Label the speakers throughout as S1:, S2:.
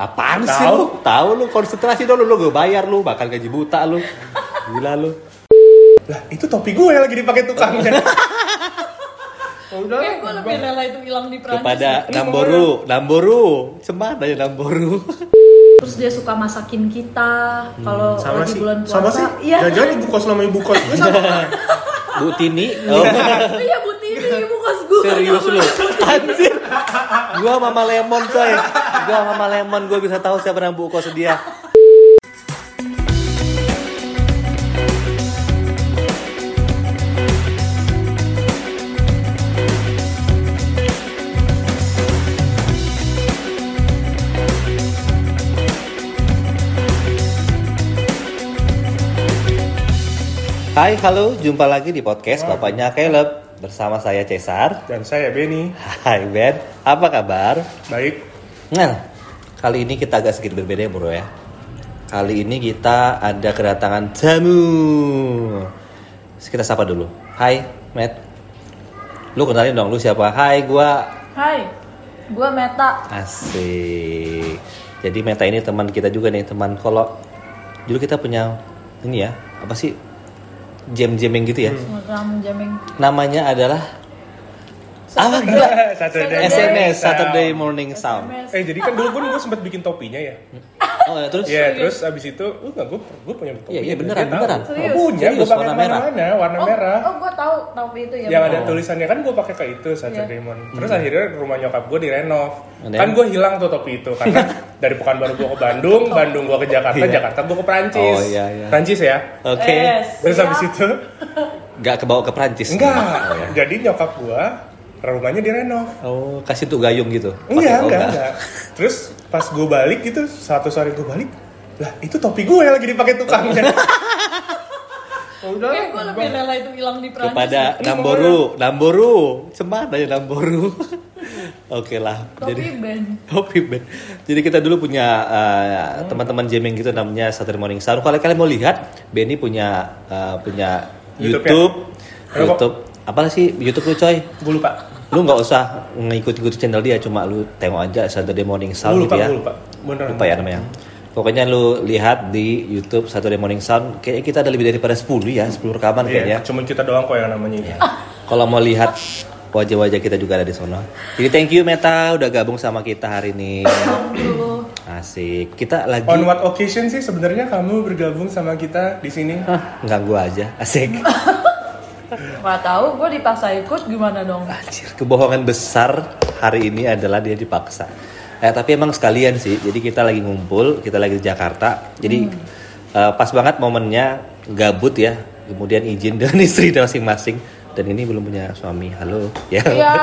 S1: Apaan sih
S2: Tahu.
S1: lu? Tahu lu konsentrasi dulu lu gue bayar lu bakal gaji buta lu. Gila lu.
S2: Lah, itu topi gue yang lagi dipakai tukangnya. Oh, udah.
S3: Kayak gue lebih rela itu hilang di Prancis.
S1: Kepada
S2: Lu
S1: Namboru, Namboru. Semana ya Namboru.
S3: Terus dia suka masakin kita
S1: Hmm.
S3: kalau
S2: Sama
S3: lagi
S2: sih.
S3: bulan puasa.
S2: Sama sih.
S3: Iya.
S2: Jangan-jangan ibu kos namanya ibu kos gue sama.
S1: Bu Tini. Oh,
S3: Iya Bu Tini, ibu kos gue.
S1: serius lu. Anjir. Gua Mama Lemon coy. Gua Mama Lemon gua bisa tahu siapa nama Bu Kos dia. Hai, halo, jumpa lagi di podcast Bapaknya Caleb bersama saya Cesar.
S2: Dan saya Benny.
S1: Hai Ben, apa kabar?
S2: Baik.
S1: Nah, kali ini kita agak sedikit berbeda ya bro ya. Kali ini kita ada kedatangan tamu. Kita sapa dulu. Hai, Matt. Lu kenalin dong, lu siapa? Hai, gua
S3: Hai, gue Meta.
S1: Asik. Jadi Meta ini teman kita juga nih, teman kalau dulu kita punya ini ya, apa sih? Jam-jaming gitu ya.
S3: Instagram jamming.
S1: Namanya adalah apa gila?
S2: Saturday.
S1: SMS Iya. Saturday Morning Sound.
S2: Eh jadi kan dulu gue sempet bikin topinya ya.
S1: Oh ya terus
S2: Iya, terus abis itu, uh, enggak, gue, gue punya topi.
S1: Iya, iya, beneran, beneran.
S3: Serius?
S2: punya, gue
S1: Serius,
S2: pakai
S1: warna
S2: mana
S1: merah.
S2: mana warna
S3: Oh,
S2: merah.
S3: oh gue tahu tahu itu ya.
S2: yang ada
S1: Oh.
S2: tulisannya kan gue pakai ke itu saja
S1: Iya.
S2: Demon.
S1: Hmm.
S2: Terus akhirnya rumah nyokap gue direnov.
S1: Dan-
S2: Kan gue hilang tuh topi itu karena dari Pekanbaru gue ke Bandung, Bandung gue ke Jakarta,
S1: Oh. Iya.
S2: Jakarta gue ke Perancis.
S1: Oh, iya, iya.
S2: Perancis ya.
S1: Oke.
S3: Eh,
S2: Terus
S3: siap.
S2: habis itu
S1: Gak kebawa ke Prancis.
S2: enggak.
S1: Oh, ya.
S2: Jadi nyokap gue rumahnya direnov.
S1: Oh, kasih tuh gayung gitu. Pakai
S2: Enggak,
S1: toga.
S2: enggak, enggak. Terus pas gue balik gitu, satu sore gue balik, lah itu topi gue yang lagi dipakai tukangnya. Oh, udah,
S3: Kayak gue lebih rela itu hilang di Prancis.
S1: Kepada Namboru, Namboru. Cemana ya Namboru. Oke lah.
S3: Tapi Ben.
S1: Kopi Ben. Jadi kita dulu punya eh, teman-teman jamming gitu namanya Saturday Morning Sound. Kalau kalian mau lihat, Benny punya eh, punya
S2: YouTube
S1: YouTube,
S2: ya?
S1: YouTube,
S2: Ayo, kok.
S1: apa sih YouTube lu coy?
S2: gue lupa.
S1: Lu nggak usah ngikut-ikut channel dia, cuma lu tengok aja Saturday Morning
S2: Gue
S1: Sound gitu
S2: lupa,
S1: ya.
S2: gue lupa. Beneran.
S1: lupa ya namanya pokoknya lu lihat di YouTube Saturday Morning Sound kayaknya kita ada lebih daripada 10 ya Iya. 10 rekaman kayaknya
S2: Iya, cuman kita doang kok yang namanya ini.
S1: kalau mau lihat wajah-wajah kita juga ada di sono jadi thank you Meta udah gabung sama kita hari ini
S3: Dulu.
S1: asik kita lagi
S2: On what occasion sih sebenarnya kamu bergabung sama kita di sini?
S1: Hah, nggak gua aja asik
S3: Gak tahu gue dipaksa ikut gimana dong?
S1: Anjir, kebohongan besar hari ini adalah dia dipaksa. Eh, tapi emang sekalian sih. Jadi kita lagi ngumpul, kita lagi di Jakarta. Jadi eh, pas banget momennya gabut ya. Kemudian izin dengan istri dan masing-masing. Dan ini belum punya suami. Halo. Ya.
S3: Iya.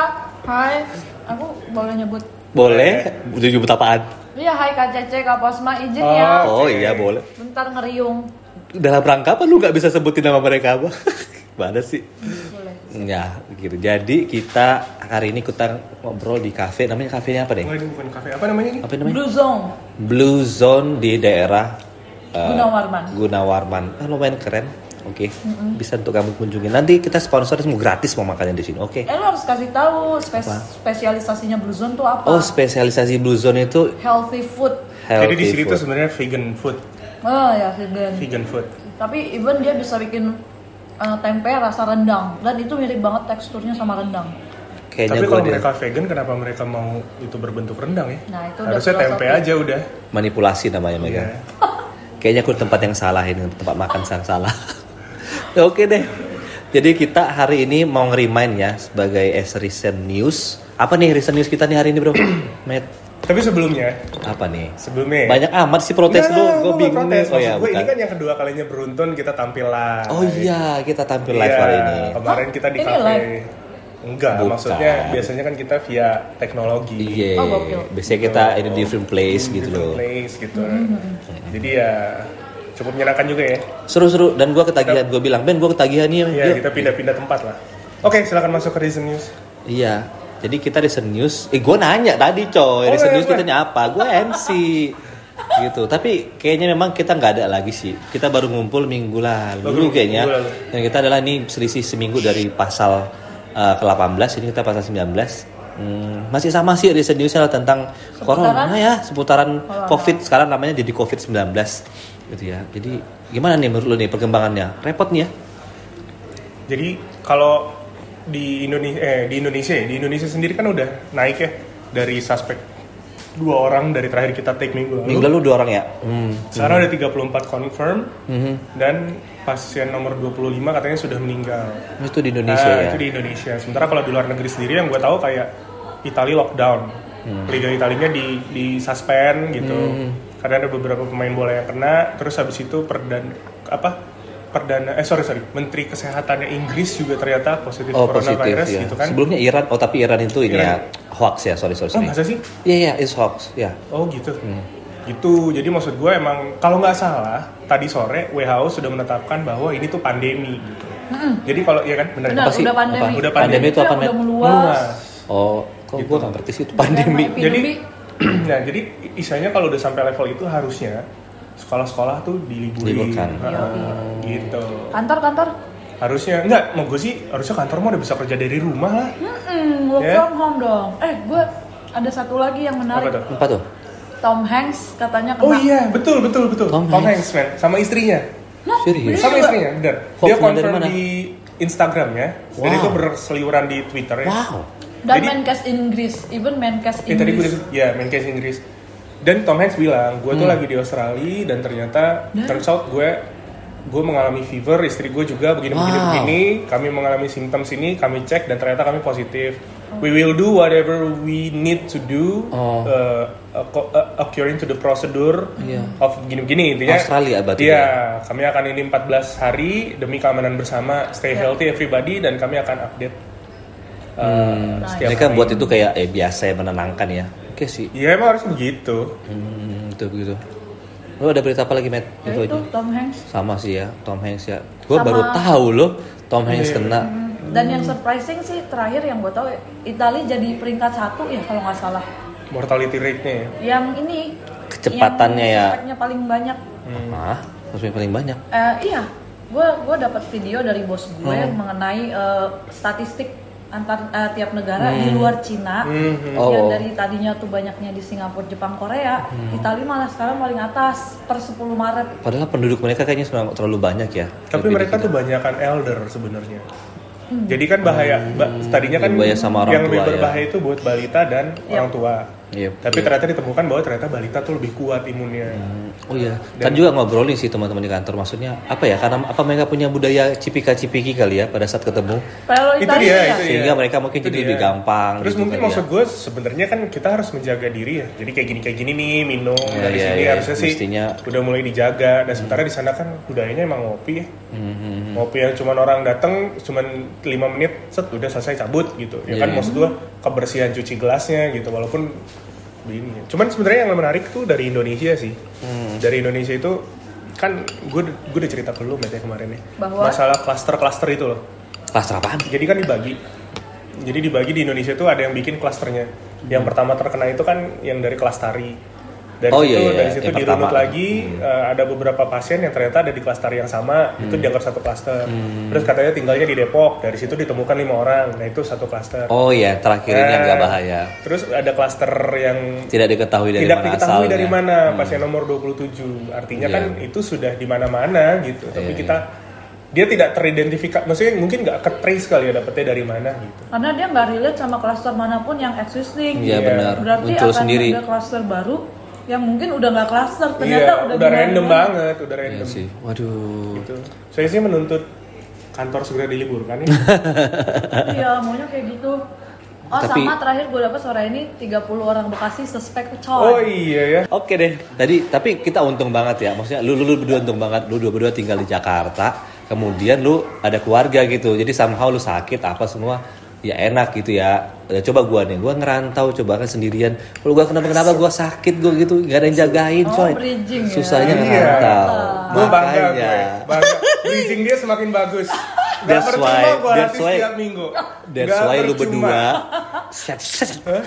S3: Hai, aku boleh nyebut.
S1: Boleh? Udah nyebut apaan?
S3: Iya, hai Kak Cece, Kak Posma, izin ya.
S1: Oh iya boleh.
S3: Bentar ngeriung.
S1: Dalam rangka apa lu nggak bisa sebutin nama mereka apa? Mana sih?
S3: Boleh.
S1: Ya, gitu. Jadi kita hari ini kita ngobrol di kafe. Namanya kafenya apa deh?
S2: Wah ini bukan kafe apa namanya ini?
S1: Apa namanya?
S3: Blue Zone,
S1: Blue Zone di daerah eh,
S3: Gunawarman.
S1: Gunawarman. Ah, lumayan keren. Oke, bisa untuk kamu kunjungi. Nanti kita sponsor semua gratis mau makannya di sini. Oke.
S3: Eh lu harus kasih tahu spes- spesialisasinya Blue Zone tuh apa?
S1: Oh, spesialisasi Blue Zone itu
S3: Healthy food.
S1: healthy
S2: Jadi di sini
S1: food.
S2: tuh sebenarnya vegan food,
S3: Oh ya vegan.
S2: vegan food.
S3: Tapi even dia bisa bikin eh, tempe rasa rendang dan itu mirip banget teksturnya sama rendang.
S1: Kayaknya
S2: Tapi
S1: gua
S2: kalau
S1: ada
S2: mereka vegan, kenapa mereka mau itu berbentuk rendang ya?
S3: Nah, itu udah
S2: Harusnya tempe
S3: filosofi.
S2: aja udah.
S1: manipulasi namanya mereka.
S2: Iya.
S1: Kayaknya aku di tempat yang salah ini, tempat makan yang salah. Ya, Oke deh. Jadi kita hari ini mau ngerimain ya sebagai as recent news. Apa nih recent news kita nih hari ini, Bro? Matt,
S2: Tapi sebelumnya,
S1: apa nih?
S2: sebelumnya. ya.
S1: Banyak amat sih
S2: Iya,
S1: protes lu, gue bingung nih. ya,
S2: Oh gue ini
S1: bukan.
S2: kan yang kedua kalinya beruntun kita tampil live.
S1: Oh iya, kita tampil live
S2: Iya,
S1: hari ini.
S2: Kemarin
S3: Hah?
S2: kita di
S3: Ini
S2: kafe.
S3: live?
S2: Enggak,
S1: Bukan.
S2: maksudnya biasanya kan kita via teknologi.
S1: Iya.
S3: Oh, gokil.
S1: Biasanya kita ini di different place gitu
S2: Iya. Different
S1: loh.
S2: place gitu.
S3: Hmm,
S2: Jadi ya cukup menyenangkan juga ya.
S1: Seru-seru dan gua ketagihan. Gua bilang, "Ben, gua ketagihan nih."
S2: Iya,
S1: Yuk.
S2: kita pindah-pindah tempat lah. Oke, silakan masuk ke Reason News.
S1: Iya. Jadi kita recent news. Eh, gua nanya tadi, coy.
S2: Oh,
S1: recent
S2: iya,
S1: news
S2: iya.
S1: kita nanya apa? Gua MC. gitu. Tapi kayaknya memang kita nggak ada lagi sih. Kita baru ngumpul minggu
S2: Baru
S1: lalu kayaknya.
S2: minggu lalu.
S1: Dan kita adalah ini selisih seminggu dari pasal eh, ke-18 ini kita pasal 19. Hmm, masih sama sih riset newsnya lah tentang corona ya seputaran
S3: Corona.
S1: covid sekarang namanya jadi covid 19 gitu ya jadi gimana nih menurut lo nih perkembangannya repot nih ya
S2: Jadi kalau di Indonesia eh, di Indonesia ya, di Indonesia sendiri kan udah naik ya dari suspek dua orang dari terakhir kita take minggu lalu.
S1: minggu lalu dua orang ya hmm.
S2: Sekarang ada 34 confirm
S1: Mhm.
S2: dan pasien nomor 25 katanya sudah meninggal.
S1: itu di Indonesia
S2: Nah,
S1: ya
S2: Itu di Indonesia. Sementara kalau di luar negeri sendiri yang gue tahu kayak Italia lockdown.
S1: Hmm.
S2: Liga Italinya di di suspend gitu. Karena ada beberapa pemain bola yang kena, terus habis itu perdan apa? Perdana eh sorry sorry, Menteri Kesehatannya Inggris juga ternyata positif
S1: oh
S2: coronavirus
S1: positif ya
S2: gitu kan.
S1: sebelumnya Iran oh tapi Iran itu ini
S2: Iran.
S1: ya hoax ya sorry sorry
S2: Oh,
S1: sorry
S2: masa sih?
S1: iya iya it's hoax ya
S2: Oh, gitu. Gitu. Jadi maksud gue emang kalau nggak salah tadi sore WHO sudah menetapkan bahwa ini tuh pandemi gitu. Jadi kalau iya kan benar.
S3: Benar,
S1: Apa sih?
S3: udah pandemi.
S1: Apa?
S2: Udah pandemi
S1: itu apa,
S3: Udah
S1: Met?
S3: meluas.
S1: oh kok
S2: Gitu.
S1: gue gak ngerti sih itu pandemi
S3: Epidemi.
S2: Jadi, nah jadi isanya kalau udah sampai level itu harusnya sekolah-sekolah tuh diliburin,
S1: Diliburkan.
S2: Ah, gitu.
S3: Kantor-kantor,
S2: Harusnya enggak, mau gue sih harusnya kantor mah udah bisa kerja dari rumah lah.
S3: hmm, work
S2: Ya.
S3: from home dong. Eh, gue ada satu lagi yang
S2: Apa
S3: menarik.
S2: tuh?
S1: apa tuh
S3: Tom Hanks katanya kena.
S2: Oh iya, betul betul betul.
S1: Tom
S2: Tom,
S1: Hanks.
S2: Hanks man, sama istrinya,
S3: Hah,
S1: Serius?
S3: bener
S2: sama
S3: juga?
S2: istrinya, benar.
S1: Hoax
S2: Dia
S1: dari
S2: confirm
S1: mana?
S2: di Instagram ya. Jadi
S1: Wow.
S2: itu berseliweran di Twitter ya.
S1: wow
S3: Dan
S2: Jadi-
S3: Menkes Inggris, even Menkes
S2: Ya, tadi gue
S3: Inggris.
S2: udah- ya main case Inggris. Dan Tom Hanks bilang, gue
S1: Hmm.
S2: tuh lagi di Australia dan ternyata
S3: Dan?
S2: turns out gue gue mengalami fever, istri gue juga begini begini
S1: Wow.
S2: begini, kami mengalami symptoms ini, kami cek dan ternyata kami positif. We will do whatever we need to do,
S1: Oh.
S2: uh, acco- uh, according to the procedure
S1: Iya.
S2: of gini-gini intinya.
S1: Australia berarti ya?
S2: Iya, kami akan ini 14 hari demi keamanan bersama, stay
S1: Iya.
S2: healthy everybody dan kami akan update. uh, setiap
S1: mereka
S2: hari.
S1: buat itu kayak eh, biasa ya, menenangkan ya oke sih
S2: Iya emang harus begitu.
S1: Hmm, itu begitu. Lo ada berita apa lagi, Matt?
S3: Ya
S1: Itu
S3: itu
S1: aja.
S3: Tom Hanks.
S1: Sama sih ya, Tom Hanks ya. Gue
S3: Sama- Hmm.
S1: baru tahu loh Tom Hanks
S2: Iya.
S1: kena.
S3: Dan yang surprising sih terakhir yang gue tahu Italia jadi peringkat satu ya kalau nggak salah.
S2: mortality rate-nya ya.
S3: Yang ini
S1: Kecepatannya
S3: yang
S1: ya.
S3: suspeknya paling banyak.
S2: Iya.
S1: Mah, maksudnya paling banyak.
S3: Eh, iya, gue gua dapat video dari bos gue
S2: Hmm.
S3: mengenai eh, statistik antar eh, tiap negara di
S2: Hmm.
S3: luar Cina
S1: Oh.
S3: yang dari tadinya tuh banyaknya di Singapura, Jepang, Korea,
S2: Hmm.
S3: Italia malah sekarang paling atas per 10 Maret.
S1: Padahal penduduk mereka kayaknya sudah nggak terlalu banyak ya.
S2: Tapi mereka tuh banyakan elder sebenarnya. Jadi kan bahaya, ba- tadinya kan
S1: Bahaya sama orang
S2: yang
S1: tua ya.
S2: lebih
S1: Iya.
S2: berbahaya itu buat balita dan orang tua.
S1: Yep,
S2: Tapi
S1: yep.
S2: ternyata ditemukan bahwa ternyata balita tuh lebih kuat imunnya.
S1: Oh iya, kan juga ngobrolin sih teman-teman di kantor. Maksudnya apa ya? Karena apa mereka punya budaya cipika-cipiki kali ya pada saat ketemu,
S3: Kalau
S2: Itu
S3: Italia
S2: dia,
S3: ya,
S2: itu
S1: sehingga mereka mungkin
S2: Iya, Itu
S1: jadi
S2: dia.
S1: lebih gampang.
S2: Terus
S1: gitu
S2: mungkin
S1: kali ya.
S2: maksud gue sebenarnya kan kita harus menjaga diri ya. Jadi kayak gini kayak gini nih minum
S1: Iya,
S2: dari
S1: iya,
S2: sini
S1: iya.
S2: harusnya sih
S1: Mestinya- Hmm.
S2: udah mulai dijaga. Dan sementara di sana kan budayanya emang ngopi ya.
S1: Mhm.
S2: Ngopi yang cuman orang datang cuman 5 menit set udah selesai cabut gitu. Ya
S1: Iya,
S2: kan
S1: iya.
S2: maksud gue kebersihan cuci gelasnya gitu walaupun begini. ya. Cuman sebenarnya yang menarik tuh dari Indonesia sih.
S1: Hmm.
S2: Dari Indonesia itu kan gue gue udah cerita ke lu Matt, ya kemarin ya.
S3: Bahwa?
S2: Masalah klaster-klaster itu loh.
S1: Kelas apaan?
S2: Jadi kan dibagi. Jadi dibagi di Indonesia itu ada yang bikin klasternya. Yang pertama terkena itu kan yang dari kelas tari. Dari
S1: Oh,
S2: situ,
S1: iya, iya,
S2: dari
S1: yang
S2: situ
S1: pertama. Hmm.
S2: dirunut lagi eh, ada beberapa pasien yang ternyata ada di kelas tari yang sama itu
S1: Hmm.
S2: dianggap satu klaster. Terus katanya tinggalnya di Depok. Dari situ ditemukan lima orang. Nah itu satu klaster.
S1: Oh iya, terakhir ini yang nggak
S2: Eh,
S1: bahaya.
S2: Terus ada klaster yang
S1: Tidak diketahui dari
S2: tidak
S1: mana
S2: diketahui
S1: asalnya. Hmm.
S2: dari mana pasien nomor 27 artinya
S1: Iya.
S2: kan itu sudah di mana-mana gitu tapi
S1: Iya,
S2: kita dia tidak teridentifikasi maksudnya mungkin nggak ke trace kali ya dapetnya dari mana gitu
S3: karena dia nggak relate sama klaster manapun yang existing.
S1: Iya
S2: Iya.
S1: benar,
S3: Berarti
S1: muncul
S3: akan
S1: sendiri.
S3: ada klaster baru yang mungkin udah nggak klaster ternyata
S2: iya udah,
S3: udah, di
S2: random
S3: mana-mana.
S2: banget udah
S1: Iya
S2: random
S1: sih. Waduh.
S2: gitu saya sih menuntut kantor segera diliburkan ya
S3: Iya, maunya kayak gitu. Oh
S1: Tapi-
S3: sama terakhir gue dapet sore ini 30 orang Bekasi suspek
S2: oh
S3: coy.
S2: iya ya
S1: Oke deh. Tadi tapi kita untung banget ya. Maksudnya lu, lu, lu berdua untung banget. Lu dua berdua tinggal di Jakarta. Kemudian lu ada keluarga gitu. Jadi somehow lu sakit apa semua ya enak gitu ya. Ya, coba gua nih, gua ngerantau coba kan sendirian. Kalau gua kenapa kenapa gua sakit gua gitu, nggak ada yang jagain
S3: Oh,
S1: coy.
S3: bridging ya.
S1: Susahnya
S2: Iya.
S1: ngerantau.
S2: gue bangga
S1: Makanya.
S2: gue bangga bridging dia semakin bagus Gak
S1: That's
S2: percuma
S1: why-
S2: gue
S1: that's
S2: latih
S1: why-
S2: setiap minggu
S1: That's
S2: Gak
S1: why lu
S2: percuma.
S1: berdua set, set, set.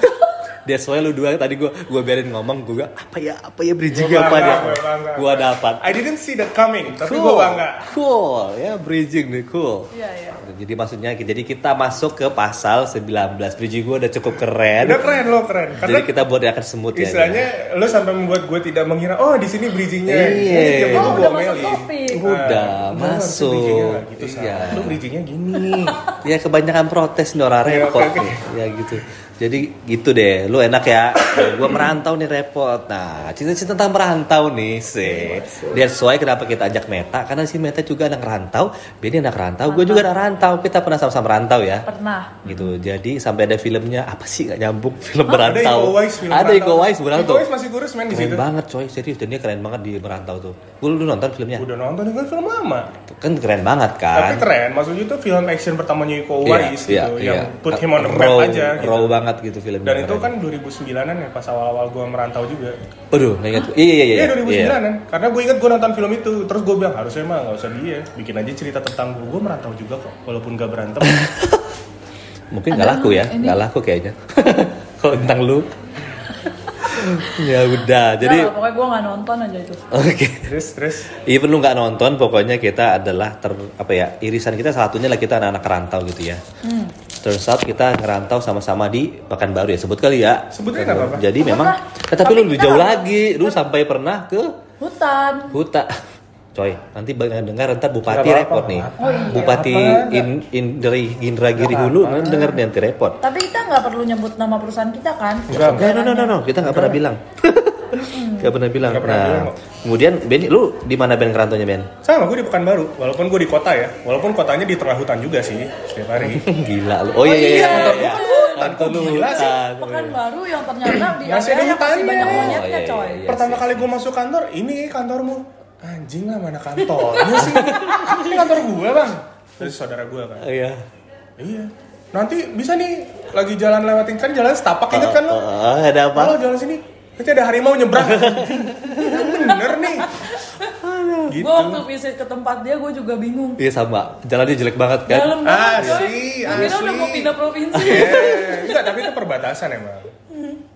S1: that's why lu dua tadi gua gua biarin ngomong gua bilang, apa ya apa ya bridging
S2: Gua
S1: apa
S2: bangga,
S1: dia
S2: gua bangga.
S1: gua dapat
S2: I didn't see that coming, tapi gue bangga.
S1: cool ya bridging nih cool
S3: Iya, iya.
S1: jadi maksudnya jadi kita masuk ke pasal 19 bridging gua udah cukup keren
S2: Udah keren lo keren.
S1: jadi
S2: Karena
S1: kita buat yang akan semut ya
S2: istilahnya lo sampai membuat gue tidak mengira, oh di sini bridgingnya.
S1: Iya.
S2: Tiap itu
S3: Oh,
S2: gue
S3: udah masuk
S2: omelin.
S3: topik.
S1: Udah,
S2: Ah,
S1: masuk.
S2: Lo bridgingnya nggak gitu, Sal.
S1: Iya.
S2: Lo bridgingnya gini.
S1: ya kebanyakan protes nih orang
S2: Iya,
S1: repot
S2: oke, oke.
S1: nih. ya gitu jadi gitu deh lu enak ya gue merantau nih repot nah cerita-cerita tentang merantau nih sih that's why kenapa kita ajak Meta karena si Meta juga anak rantau dia ini anak rantau gue juga anak rantau kita pernah sama-sama rantau ya
S3: Pernah.
S1: gitu jadi sampai ada filmnya apa sih nggak nyambung film
S2: Ada Iko
S1: merantau
S2: Uwais film
S1: ada Iko
S2: merantau.
S1: Uwais
S2: Iko
S1: merantau
S2: Uwais masih kurus main di
S1: keren
S2: situ.
S1: banget coy serius dan dia keren banget di merantau tuh gue dulu nonton filmnya
S2: Udah nonton juga film lama.
S1: kan keren banget
S2: Tapi
S1: kan Iya,
S2: keren, maksudnya itu film action pertamanya Iko Uwais gitu, yang put him on the
S1: Raw-
S2: map aja gitu.
S1: raw banget gitu filmnya
S2: Dan itu kan 2009-an ya pas awal-awal gue merantau juga.
S1: aduh nggak ingat iya iya iya
S2: Iya
S1: iya.
S2: 2009-an. Karena gue inget gue nonton film itu, terus gue bilang harusnya mah nggak usah dia, bikin aja cerita tentang gue. Gue merantau juga kok, walaupun gak berantem.
S1: mungkin nggak
S3: Ada
S1: laku ya
S3: lu, ini.
S1: nggak laku kayaknya kalau tentang lu ya udah jadi
S3: Nggak, pokoknya gue nggak nonton aja itu.
S1: oke
S2: terus terus
S1: Even lu nggak nonton, pokoknya kita adalah ter apa ya irisan kita salah satunya lah kita anak-anak rantau gitu ya.
S3: Hmm,
S1: Turns out kita ngerantau sama-sama di Pekanbaru ya sebut kali ya.
S2: Sebutnya nggak apa-apa.
S1: Jadi
S3: Nggak
S1: memang,
S3: apa-apa.
S1: eh, tapi lu
S3: Tapi
S1: lebih
S3: kita
S1: jauh
S3: nggak-
S1: lagi, lu sampai pernah ke
S3: Hutan.
S1: Huta. Coy, nanti banyak yang dengar ntar bupati
S2: Nggak apa-apa,
S1: repot nih.
S2: nggak
S3: apa-apa.
S1: Bupati
S2: Nggak apa-apa,
S1: in, in dari Indragiri Hulu denger nanti repot.
S3: Tapi kita nggak perlu nyebut nama perusahaan kita kan?
S2: Nggak.
S1: Enggak, no, no, no, no. kita nggak pernah bilang. Nggak pernah bilang.
S2: Nggak pernah
S1: nah,
S2: bilang kok.
S1: kemudian Ben, lu di mana Ben kerantonya Ben?
S2: sama gue di Pekanbaru, walaupun gue di kota ya, walaupun kotanya di tengah hutan juga sih setiap hari.
S1: Gila lu. Oh iya iya. iya. Kantor lu
S2: Gila sih.
S1: hutan.
S3: Pekan baru yang ternyata di
S2: Masih ada
S3: area masih
S2: hutannya.
S3: banyak
S2: Oh,
S1: iya,
S3: monyetnya coy.
S1: iya,
S2: Pertama kali gue masuk kantor, ini kantormu. Anjing lah mana kantornya sih. ini kantor gue bang. Terus saudara gue kan.
S1: Iya.
S2: Iya. Nanti bisa nih lagi jalan lewatin kan jalan setapak inget kan lo?
S1: Ah, ada apa?
S2: Kalau jalan sini nanti ada harimau nyebrang. Yang Bener nih. Gitu.
S3: Gue waktu visit ke tempat dia gue juga bingung.
S1: Iya sama. Jalannya jelek banget kan? ah,
S3: Dalam banget coy.
S2: Asli,
S3: Gua kira udah mau
S2: asli.
S3: pindah provinsi.
S2: Eh, Enggak, tapi itu perbatasan emang.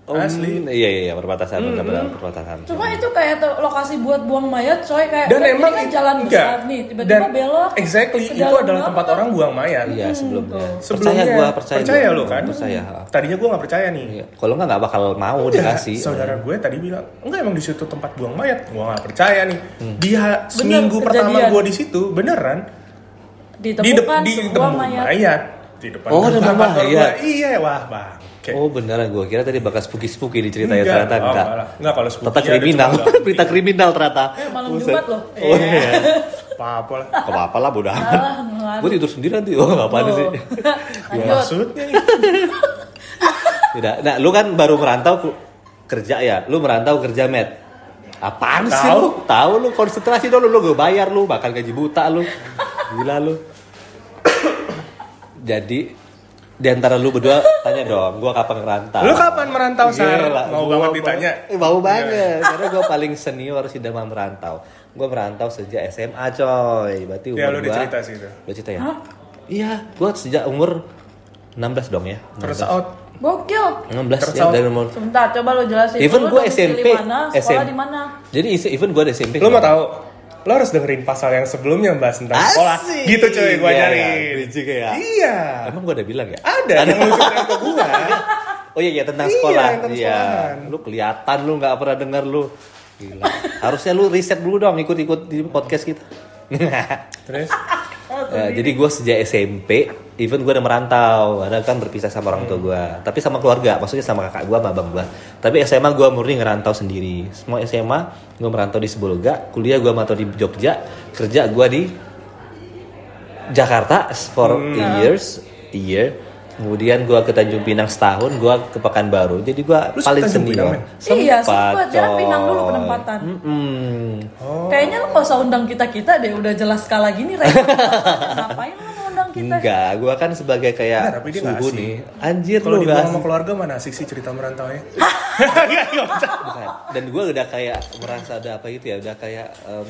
S1: Oh,
S2: Asli. Mm-hmm.
S1: Iya iya iya perbatasan benar-benar perbatasan.
S3: Cuma itu kayak tuh lokasi buat buang mayat coy kayak
S2: Dan
S3: kan
S2: emang
S3: ini kan
S2: itu-
S3: jalan
S2: enggak.
S3: besar nih tiba-tiba
S2: Dan
S3: belok.
S2: Exactly, itu
S3: ke dalam
S2: adalah
S3: banget.
S2: tempat orang buang mayat.
S1: Iya sebelumnya.
S2: Sebelumnya
S1: percaya gua, percaya.
S2: percaya
S1: gua.
S2: lo kan?
S1: Percaya. ha.
S2: Tadinya gue nggak percaya nih.
S1: Iya. Kalau nggak nggak bakal mau
S2: Enggak,
S1: dikasih.
S2: Iya, saudara gue tadi bilang enggak emang di situ tempat buang mayat gue nggak percaya nih
S1: Hmm.
S2: dia seminggu pertama
S3: kejadian.
S2: gue di situ beneran di
S3: ditemukan
S2: dep- di
S3: sebuah
S2: temu
S3: mayat.
S2: di depan
S1: Oh,
S2: kantor
S1: depan
S2: kantor
S1: mayat.
S2: gue. iya wah bang Kayak,
S1: Oh beneran gue kira tadi bakal spooky spooky di ceritanya
S2: Enggak.
S1: ternyata
S2: Oh,
S1: enggak.
S2: enggak lah. Enggak, kalau spooky
S1: Tata
S2: ada
S1: kriminal,
S2: cuma enggak.
S1: berita kriminal ternyata.
S3: Eh, malam
S1: Buset.
S3: Jumat loh.
S1: Oh iya.
S2: apa apa lah
S1: Gak apa-apa lah bodoh amat.
S3: Salah, ngaruh.
S1: Gue tidur sendiri nanti. Oh nggak apa
S3: Tuh.
S1: sih.
S2: Ya.
S3: Lanjut.
S2: Iya, maksudnya nih
S1: Tidak. Nah lu kan baru merantau ku- kerja ya. Lu merantau kerja met. Apaan sih
S2: Tahu.
S1: lu? Tahu lu konsentrasi dulu lu gue bayar lu bakal gaji buta lu. Gila lu. Jadi di antara lu berdua tanya dong, gua kapan ngerantau?
S2: lu kapan merantau sar
S1: Gila,
S2: mau
S1: gua
S2: banget
S1: apa-
S2: ditanya Iya.
S1: Eh, mau banget karena gue paling senior sih dalam merantau gue merantau sejak SMA coy berarti umur
S2: ya lu
S1: gua-
S2: udah cerita sih itu
S1: Udah cerita ya iya gue sejak umur 16 dong ya
S2: terus out
S3: Gokil.
S1: 16
S2: Terus
S1: ya
S2: out.
S1: dari umur
S3: Sebentar, coba lo jelasin.
S1: even
S3: Lu
S1: gue
S3: domisili
S1: SMP
S3: Mana, sekolah
S1: SM.
S3: di mana?
S1: jadi is- even gue ada SMP kan?
S2: lu mau tahu lo harus dengerin pasal yang sebelumnya bahas tentang
S1: Asik.
S2: sekolah gitu cuy gue
S1: Iya,
S2: nyari
S1: iya, bridging ya.
S2: iya
S1: emang gue udah bilang ya
S2: ada yang lu cerita ke gue
S1: oh iya iya tentang
S2: Ah, Iya,
S1: sekolah
S2: tentang
S1: iya
S2: sekolahan.
S1: lu kelihatan lu nggak pernah dengar lu Gila. harusnya lu riset dulu dong ikut-ikut di podcast kita
S2: Terus?
S1: Eh, jadi gue sejak SMP, even gue udah merantau, ada kan berpisah sama orang
S2: Hmm.
S1: tua gue, tapi sama keluarga, maksudnya sama kakak gue, sama abang gue. Tapi SMA gue murni ngerantau sendiri. Semua SMA gue merantau di Sibolga, kuliah gue merantau di Jogja, kerja gue di Jakarta for
S2: Hmm. Nah.
S1: years, a year. Kemudian gue ke Tanjung Pinang setahun, gue ke Pekanbaru. Jadi gue
S2: Lu
S1: paling
S2: Tanjung Pinang,
S1: senior.
S2: men?
S3: Iya, sempat. Jangan
S1: coy.
S3: pinang dulu penempatan.
S1: Mm-mm.
S3: Kayaknya lo gak usah undang kita-kita deh. Udah jelas skala gini, Ray. Ngapain lo mau undang kita?
S1: Enggak, gua kan sebagai kayak
S2: Enggak, tapi dia nggak
S1: suhu
S2: asik.
S1: nih. Anjir
S2: Kalau
S1: lu
S2: dibilang
S1: enggak
S2: sama keluarga mana asik sih cerita merantau ya?
S1: Bukan. Dan gua udah kayak merasa ada apa gitu ya, udah kayak em,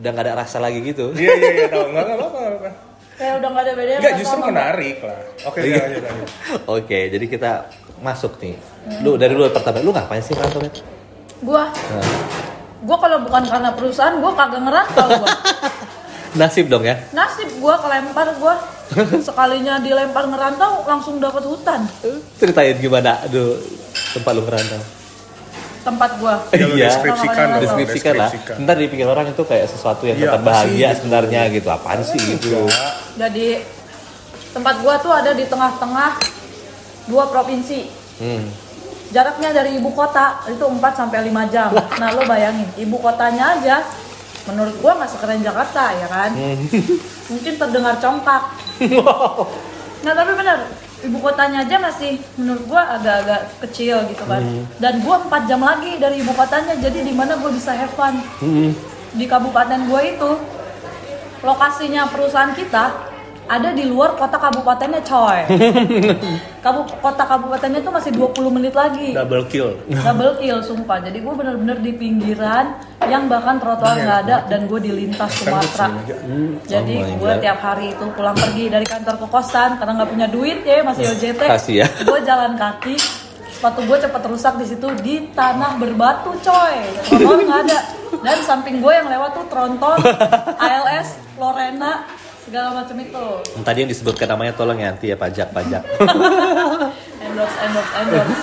S1: udah nggak ada rasa lagi gitu.
S2: Iya iya iya tahu nggak nggak apa-apa. nggak apa-apa.
S3: Kayak udah nggak ada bedanya.
S2: Enggak
S3: sama
S2: justru
S3: sama-
S2: menarik lah. Oke,
S1: Iya.
S2: lanjut lanjut.
S1: Oke, jadi kita masuk nih. Lu dari lu pertama, lu ngapain sih Nah, kantornya?
S3: Gua, gua kalau bukan karena perusahaan, gua kagak ngerantau gua.
S1: Nasib dong ya.
S3: Nasib gua kelempar gua. Sekalinya dilempar ngerantau, langsung dapat hutan
S1: Ceritain gimana aduh tempat lu ngerantau.
S3: tempat gua.
S2: Ya, lu
S1: Iya.
S2: deskripsikan dong.
S1: Deskripsikan lah. Ntar dipikir orang itu kayak sesuatu yang
S2: Iya,
S1: tetap
S2: apa sih
S1: bahagia
S2: gitu? iya.
S1: sebenarnya gitu. Apaan sih gitu?
S3: Jadi tempat gua tuh ada di tengah-tengah dua provinsi.
S1: Hmm.
S3: Jaraknya dari ibu kota itu 4 sampai 5 jam. Nah, lo bayangin, ibu kotanya aja menurut gua nggak sekeren Jakarta ya kan? Mungkin terdengar congkak. Nah, tapi benar, ibu kotanya aja masih menurut gua agak-agak kecil gitu kan. Dan gua 4 jam lagi dari ibu kotanya, jadi di mana gua bisa have fun?
S1: Hmm.
S3: Di kabupaten gua itu lokasinya perusahaan kita ada di luar kota kabupatennya coy. Kabu kota kabupatennya itu masih 20 menit lagi
S2: Double kill.
S3: double kill sumpah jadi gue bener-bener di pinggiran yang bahkan trotoar nggak ada dan gue dilintas Sumatera jadi
S1: Oh my
S3: gue
S1: God.
S3: tiap hari itu pulang pergi dari kantor ke kosan karena nggak punya duit ya masih OJT
S1: Kasih ya.
S3: gue jalan kaki sepatu gue cepet rusak di situ di tanah berbatu coy trotoar nggak ada dan samping gue yang lewat tuh tronton ALS Lorena segala macam itu
S1: Tadi yang disebutkan namanya tolong ya nanti ya pajak pajak.
S3: endorse endorse
S1: Eh,
S3: endorse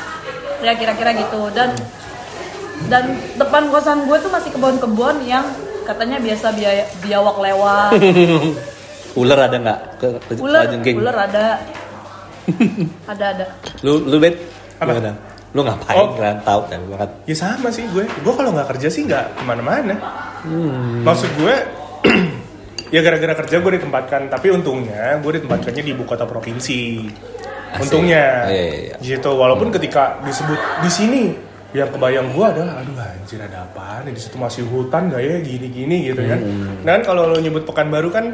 S3: ya kira-kira gitu dan dan depan kosan gue tuh masih kebun-kebun yang katanya biasa biaya biawak lewat
S1: Ular ada nggak? Ke- ke-
S3: ular
S1: jengking.
S3: ular ada ada ada
S1: Lu lu bet?
S2: Apa?
S1: Gimana? Lu ngapain
S2: Oh.
S1: ngerantau? Kan banget.
S2: Ya sama sih gue. Gue kalau nggak kerja sih nggak kemana-mana.
S1: Hmm.
S2: Maksud gue, ya gara-gara kerja gue ditempatkan. Tapi untungnya gue ditempatkannya di ibu kota provinsi.
S1: Asik.
S2: Untungnya,
S1: Iya, iya, iya.
S2: gitu. Walaupun ketika disebut di sini, yang kebayang gue adalah, aduh anjir ada apaan? ya? Di situ masih hutan gak ya gini-gini gitu kan.
S1: Hmm.
S2: Dan kalau lo nyebut Pekanbaru kan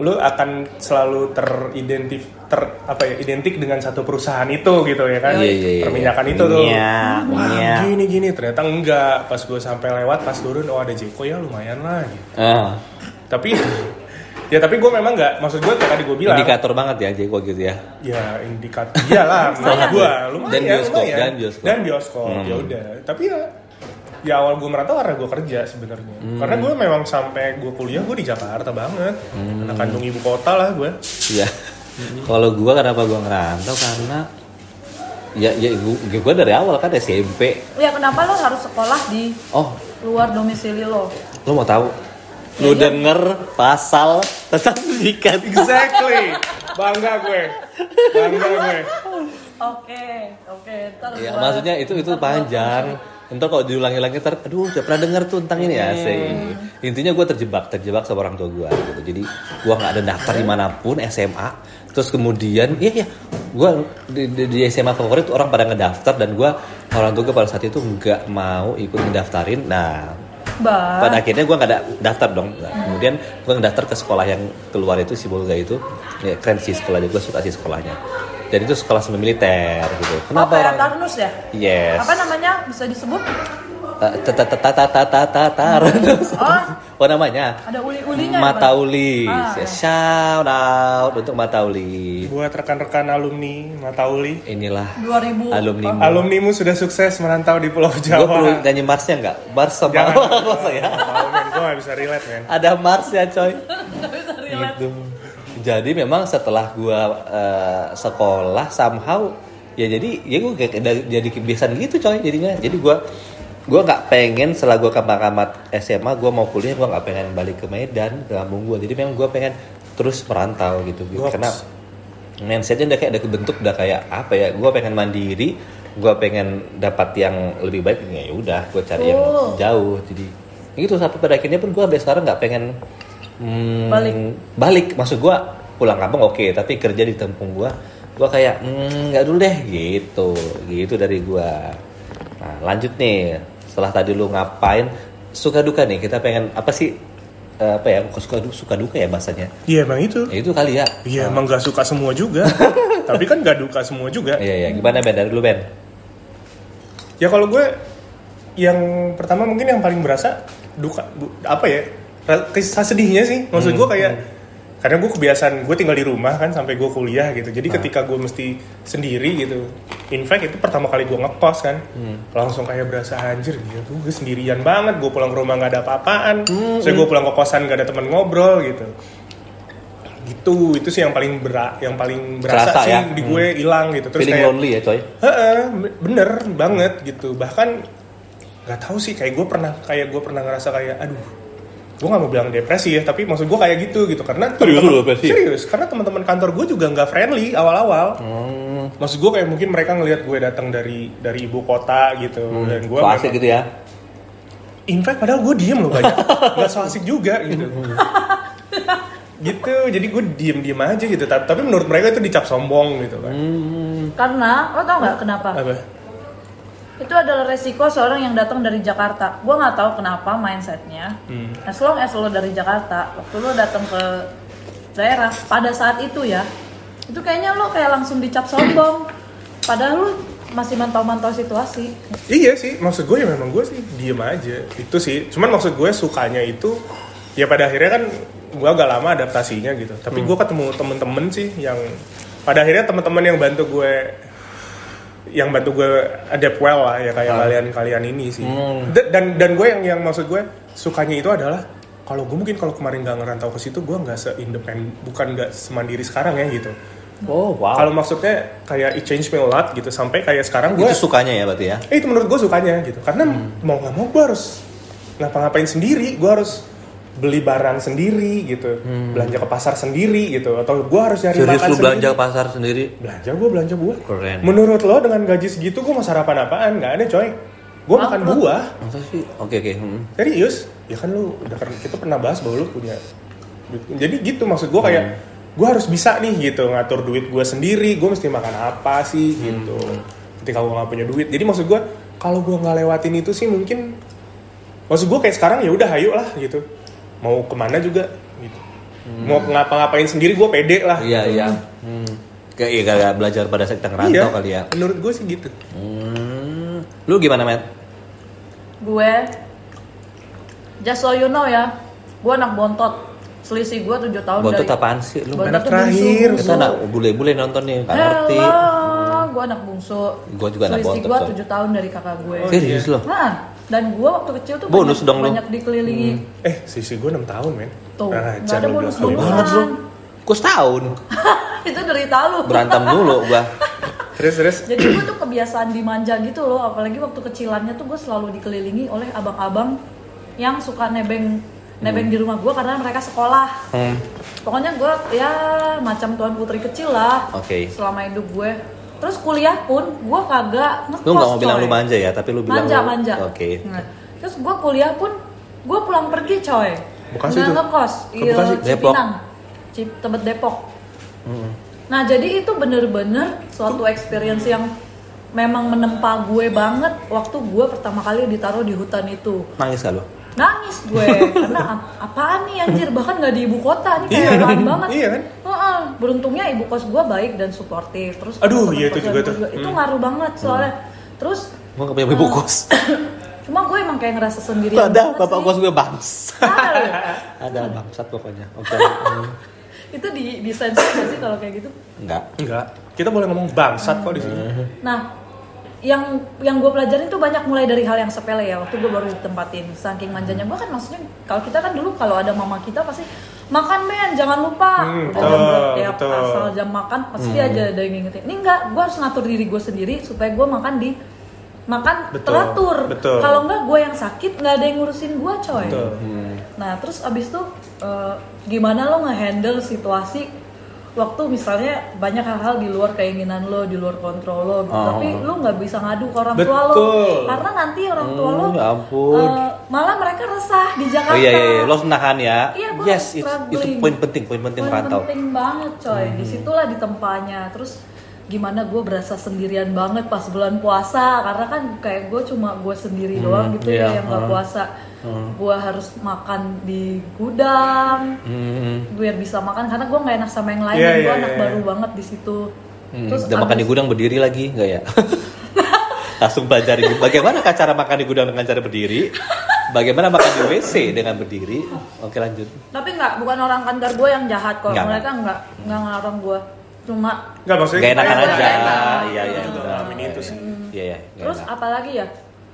S2: lu akan selalu teridentif ter apa ya identik dengan satu perusahaan itu gitu ya kan
S1: Iya, iya, iya.
S2: perminyakan itu tuh
S1: Iya,
S2: Wah,
S1: iya.
S2: gini gini ternyata enggak pas gue sampai lewat pas turun oh ada Jeko ya lumayan lah gitu.
S1: Ah,
S2: tapi ya tapi gue memang nggak maksud gue kayak tadi gue bilang
S1: indikator banget ya Jeko gitu ya.
S2: ya indikator iyalah menurut gue lumayan
S1: Dan bioskop,
S2: lumayan.
S1: dan bioskop. Hmm.
S2: dan bioskop ya udah tapi ya ya awal gue merantau karena gue kerja sebenarnya
S1: Hmm.
S2: karena gue memang sampai gue kuliah gue di Jakarta banget
S1: Hmm.
S2: anak kandung ibu kota lah gue
S1: Iya.
S2: Mm-hmm.
S1: Kalau gua kenapa gua ngerantau karena ya ya gua, gua dari awal kan SMP.
S3: ya kenapa lo harus sekolah di
S1: Oh,
S3: luar domisili lo
S1: lu mau tahu? Lu
S2: Iya.
S1: denger pasal tentang pendidikan.
S2: Exactly. Bangga gue. Bangga gue.
S3: oke oke ntar
S1: Ya,
S3: gua-
S1: maksudnya itu itu
S3: ntar gua-
S1: panjang. Ntar kalau diulangi-ulangi ntar, aduh udah pernah denger tuh tentang ini ya Intinya gue terjebak, terjebak sama orang tua gue gitu. Jadi gue nggak ada daftar dimanapun SMA. Terus kemudian, iya iya, gue di, di- di SMA favorit tuh orang pada ngedaftar dan gue orang tua gue pada saat itu nggak mau ikut ngedaftarin. Nah,
S3: Ba.
S1: pada akhirnya gue nggak ada daftar dong. Nah, kemudian gue ngedaftar ke sekolah yang keluar itu si Bulga itu, ya, keren sih sekolahnya, gue suka sih sekolahnya. Dan itu sekolah semi militer gitu. Kenapa
S3: apa ya
S1: orang?
S3: Tarnus ya
S1: Yes. Eh,
S3: apa namanya bisa disebut
S1: Tatatatatatatar.
S3: oh
S1: Oh namanya
S3: ada uli-ulinya ya, Bang?
S1: Mataulis.
S3: Ah.
S1: Ya, Shout out untuk Mataulis.
S2: Buat rekan-rekan alumni Matauli,
S1: Inilah
S3: 2000
S1: alumni.
S2: alumnimu sudah sukses merantau di Pulau
S1: Gue perlu
S2: Jawa.
S1: nyanyi Marsnya nggak? Mars sama
S2: Jangan.
S1: Masa ya?
S2: Tahu men, gue gak bisa relate men.
S1: Ada Marsnya coy.
S3: Bisa relate.
S1: Gitu. Jadi memang setelah gua eh, sekolah somehow ya jadi ya gua kayak da- jadi kebiasaan gitu coy jadinya. Jadi gua gua nggak pengen setelah gua kamat-kamat SMA gua mau kuliah gua nggak pengen balik ke Medan ke kampung gua. Jadi memang gua pengen terus merantau gitu.
S2: Goks.
S1: Karena mindsetnya udah kayak ada kebentuk udah kayak apa ya? Gua pengen mandiri, gua pengen dapat yang lebih baik ya udah gua cari yang
S3: Oh.
S1: jauh jadi itu sampai pada akhirnya pun gue sampai sekarang nggak pengen hmm,
S3: Balik.
S1: balik maksud gue pulang kampung oke tapi kerja di tempung gue gue kayak "Hmm, nggak dulu deh gitu gitu dari gue nah lanjut nih setelah tadi lu ngapain suka duka nih kita pengen apa sih eh, apa ya bukan suka du- suka duka ya bahasanya
S2: Iya emang itu.
S1: ya, itu kali ya
S2: Iya emang gak suka semua juga. Tapi kan gak duka semua juga.
S1: Iya, iya. Gimana Ben? Dari lu Ben?
S2: Ya kalau gue yang pertama mungkin
S1: Hmm,
S2: yang paling berasa duka bu- apa ya? Ra- Kisah sedihnya sih. Maksud gue kayak Karena gue kebiasaan gue tinggal di rumah kan sampai gue kuliah
S1: Ah.
S2: gitu. Jadi ketika gue mesti sendiri gitu, in fact itu pertama kali gue ngekos kan,
S1: Hmm.
S2: langsung kayak berasa anjir gitu. Gue sendirian banget. Gue pulang ke rumah nggak ada apa-apaan.
S1: Hmm,
S2: Saya gue pulang ke kosan nggak ada teman ngobrol gitu. Gitu itu sih yang paling berat, yang paling berasa
S1: Kerasa
S2: sih
S1: ya?
S2: di gue hilang gitu. Terus
S1: Feeling
S2: kayak
S1: lonely ya coy.
S2: Heeh, bener banget gitu. Bahkan nggak tahu sih kayak gue pernah kayak gue pernah ngerasa kayak aduh gue nggak mau bilang depresi ya tapi maksud gue kayak gitu gitu karena
S1: Serius
S2: teman-teman-
S1: lu depresi?
S2: serius karena teman-teman kantor gue juga nggak friendly awal-awal
S1: Oh.
S2: maksud gue kayak mungkin mereka ngelihat gue datang dari dari ibu kota gitu dan gue
S1: So asik gitu ya.
S2: in fact padahal gue diem loh banyak nggak so asik juga gitu gitu jadi gue diem diem aja gitu Ta- tapi menurut mereka itu dicap sombong gitu
S1: Hmm.
S2: kan
S3: Karena lo tau nggak kenapa?
S2: apa
S3: Itu adalah resiko seorang yang datang dari Jakarta. Gua nggak tahu kenapa mindsetnya. As long as lo dari Jakarta, waktu lo datang ke daerah pada saat itu ya, itu kayaknya lo kayak langsung dicap sombong. Padahal lo masih mantau-mantau situasi.
S2: Iya sih, maksud gue ya memang gue sih diem aja itu sih. Cuman maksud gue sukanya itu ya pada akhirnya kan gue agak lama adaptasinya gitu. Tapi gue ketemu temen-temen sih yang pada akhirnya temen-temen yang bantu gue yang bantu gue adapt well lah ya kayak kalian-kalian ini sih. Da- Dan dan gue yang yang maksud gue sukanya itu adalah kalau gue mungkin kalau kemarin gak ngerantau ke situ gue nggak seindependen bukan nggak semandiri sekarang ya gitu.
S1: Oh wow.
S2: Kalau maksudnya kayak it changed me a lot gitu sampai kayak sekarang gue
S1: itu sukanya ya berarti ya.
S2: Eh, itu menurut gue sukanya gitu karena
S1: Hmm.
S2: mau nggak mau gue harus ngapa-ngapain sendiri gue harus beli barang sendiri gitu belanja ke pasar sendiri gitu atau gue harus nyari
S1: Hmm. Serius
S2: makan
S1: lu
S2: sendiri
S1: belanja ke pasar sendiri?
S2: belanja gue belanja buah
S1: Keren.
S2: menurut lo dengan gaji segitu gue mau sarapan apaan nggak ada coy gue makan
S3: Bangkrut.
S2: buah
S1: Masa sih? Oke oke. hmm.
S2: serius ya kan lu udah kan kita pernah bahas bahwa lu punya duit. jadi gitu maksud gue kayak
S1: Hmm.
S2: gue harus bisa nih gitu ngatur duit gue sendiri gue mesti makan apa sih
S1: Hmm.
S2: gitu ketika gue nggak punya duit jadi maksud gue kalau gue nggak lewatin itu sih mungkin maksud gue kayak sekarang ya udah hayu lah gitu mau kemana juga gitu mau ngapa-ngapain sendiri gue pede lah
S1: Hmm. Iya iya. Hmm. Kayak iya gara-gara belajar pada saat kita ngerantau
S2: Iya,
S1: kali ya.
S2: menurut gue sih gitu
S1: Hmm. Lu gimana, Matt?
S3: Gue just so you know ya, gue anak bontot. Selisih gue 7 tahun
S1: Bontot
S3: Oh, dari
S1: apaan sih lu?
S3: Bontot
S2: Anak
S3: tuh
S2: terakhir,
S3: bungsu,
S1: Itu
S3: bungsu.
S1: anak bule-bule nonton nih, nggak ngerti.
S3: Halo, gue anak bungsu.
S1: Gua juga anak
S3: Selisih
S1: bontot,
S3: gue
S1: Sob.
S3: 7 tahun dari kakak gue.
S1: Serius lo?
S3: Nah, dan gue waktu kecil tuh
S1: Bonus
S3: banyak,
S1: dong lo.
S3: banyak dikelilingi
S2: eh sisi gue 6 tahun men Nah,
S3: tuh,
S2: Kurang
S3: nggak
S2: ajar Ah,
S3: ada
S2: lu bilang
S3: bonus
S2: kali banget.
S1: Banget lu.
S3: bonusan.
S1: Gue setahun
S3: itu derita lu.
S1: berantem dulu gua.
S2: terus terus
S3: Jadi gue tuh kebiasaan dimanja gitu loh, apalagi waktu kecilannya tuh gue selalu dikelilingi oleh abang-abang yang suka nebeng nebeng di rumah gue karena mereka sekolah.
S1: Hmm.
S3: Pokoknya gue ya macam tuan putri kecil lah.
S1: Oke.
S3: Selama hidup gue. Terus kuliah pun gue kagak ngekos.
S1: Lu nggak mau bilang
S3: coy.
S1: lu manja ya, tapi lu bilang
S3: manja
S1: lu-
S3: manja
S1: Oke.
S3: Nah, terus gue kuliah pun gue pulang pergi coy
S2: Bekasi
S3: nggak
S2: tuh?
S3: ngekos
S2: Ke
S3: iya
S2: Bekasi?
S1: Depok.
S3: Cipinang Cip, tebet Depok nah jadi itu bener-bener suatu experience yang memang menempa gue banget waktu gue pertama kali ditaruh di hutan itu
S1: Nangis gak lu?
S3: nangis gue karena ap- apaan nih anjir bahkan nggak di ibu kota nih kayak
S2: Iya kan?
S3: apaan banget
S2: Iya kan?
S3: Heeh. beruntungnya ibu kos gue baik dan suportif terus
S2: Aduh,
S3: teman-teman
S2: iya itu
S3: kosan
S2: juga
S3: gue
S2: tuh. Mm.
S3: itu ngaruh banget soalnya terus
S1: Gua gak punya ibu kos.
S3: cuma gue emang kayak ngerasa sendiri
S1: Ada bapak kos gue bangs.
S3: ada
S1: Ada bangsat pokoknya. Oke. Hmm.
S3: itu di di sensor nggak sih kalau kayak gitu
S1: Enggak.
S2: enggak kita boleh ngomong bangsat kok di sini
S3: nah yang yang gue pelajarin tuh banyak mulai dari hal yang sepele ya waktu gue baru ditempatin saking manjanya gue kan maksudnya kalau kita kan dulu kalau ada mama kita pasti makan men jangan lupa
S2: Hmm,
S3: Udah jam
S2: betul,
S3: berapa, ya,
S2: betul. Hmm.
S3: asal jam makan pasti aja ada yang ngingetin ini enggak gue harus ngatur diri gue sendiri supaya gue makan di makan
S2: Betul,
S3: teratur
S2: betul.
S3: kalau enggak gue yang sakit nggak ada yang ngurusin gue coy
S2: Betul.
S1: Hmm.
S3: Nah, terus abis itu eh, gimana lo ngehandle situasi waktu misalnya banyak hal-hal di luar keinginan lo, di luar kontrol lo, gitu.
S1: Oh.
S3: tapi lo nggak bisa ngadu ke orang tua lo,
S2: Betul.
S3: karena nanti orang tua lo
S1: Hmm, ya ampun.
S3: eh, malah mereka resah di Jakarta.
S1: Oh iya, iya, iya. lo nahan ya.
S3: Iya, gua
S1: yes, itu, itu
S3: struggling.
S1: poin penting, poin penting
S3: Poin
S1: merantau. Hmm.
S3: penting banget coy, disitulah di tempatnya. Terus gimana gue berasa sendirian banget pas bulan puasa karena kan kayak gue cuma gue sendiri doang gitu
S1: iya,
S3: ya yang gak puasa gue harus makan di gudang
S1: Hmm.
S3: biar bisa makan karena gue nggak enak sama yang lain
S2: Iya,
S3: dan gue
S2: iya,
S3: anak
S2: iya.
S3: baru banget di situ
S1: Hmm,
S3: terus
S1: udah makan di
S3: abis-
S1: gudang berdiri lagi nggak ya? Langsung pelajari bagaimana cara makan di gudang dengan cara berdiri Bagaimana makan di WC dengan berdiri? Oke lanjut.
S3: Tapi nggak, bukan orang kantor gue yang jahat kok.
S1: Nggak,
S3: Mereka nggak nggak ngelarang gue. Cuma
S2: Enggak maksudnya
S1: Gak enakan
S3: Nggak
S1: aja.
S3: enak.
S1: Iya iya.
S2: Itu
S1: benar.
S2: ngalamin itu sih.
S1: Iya iya. nggak
S3: terus
S1: enak.
S3: apalagi ya?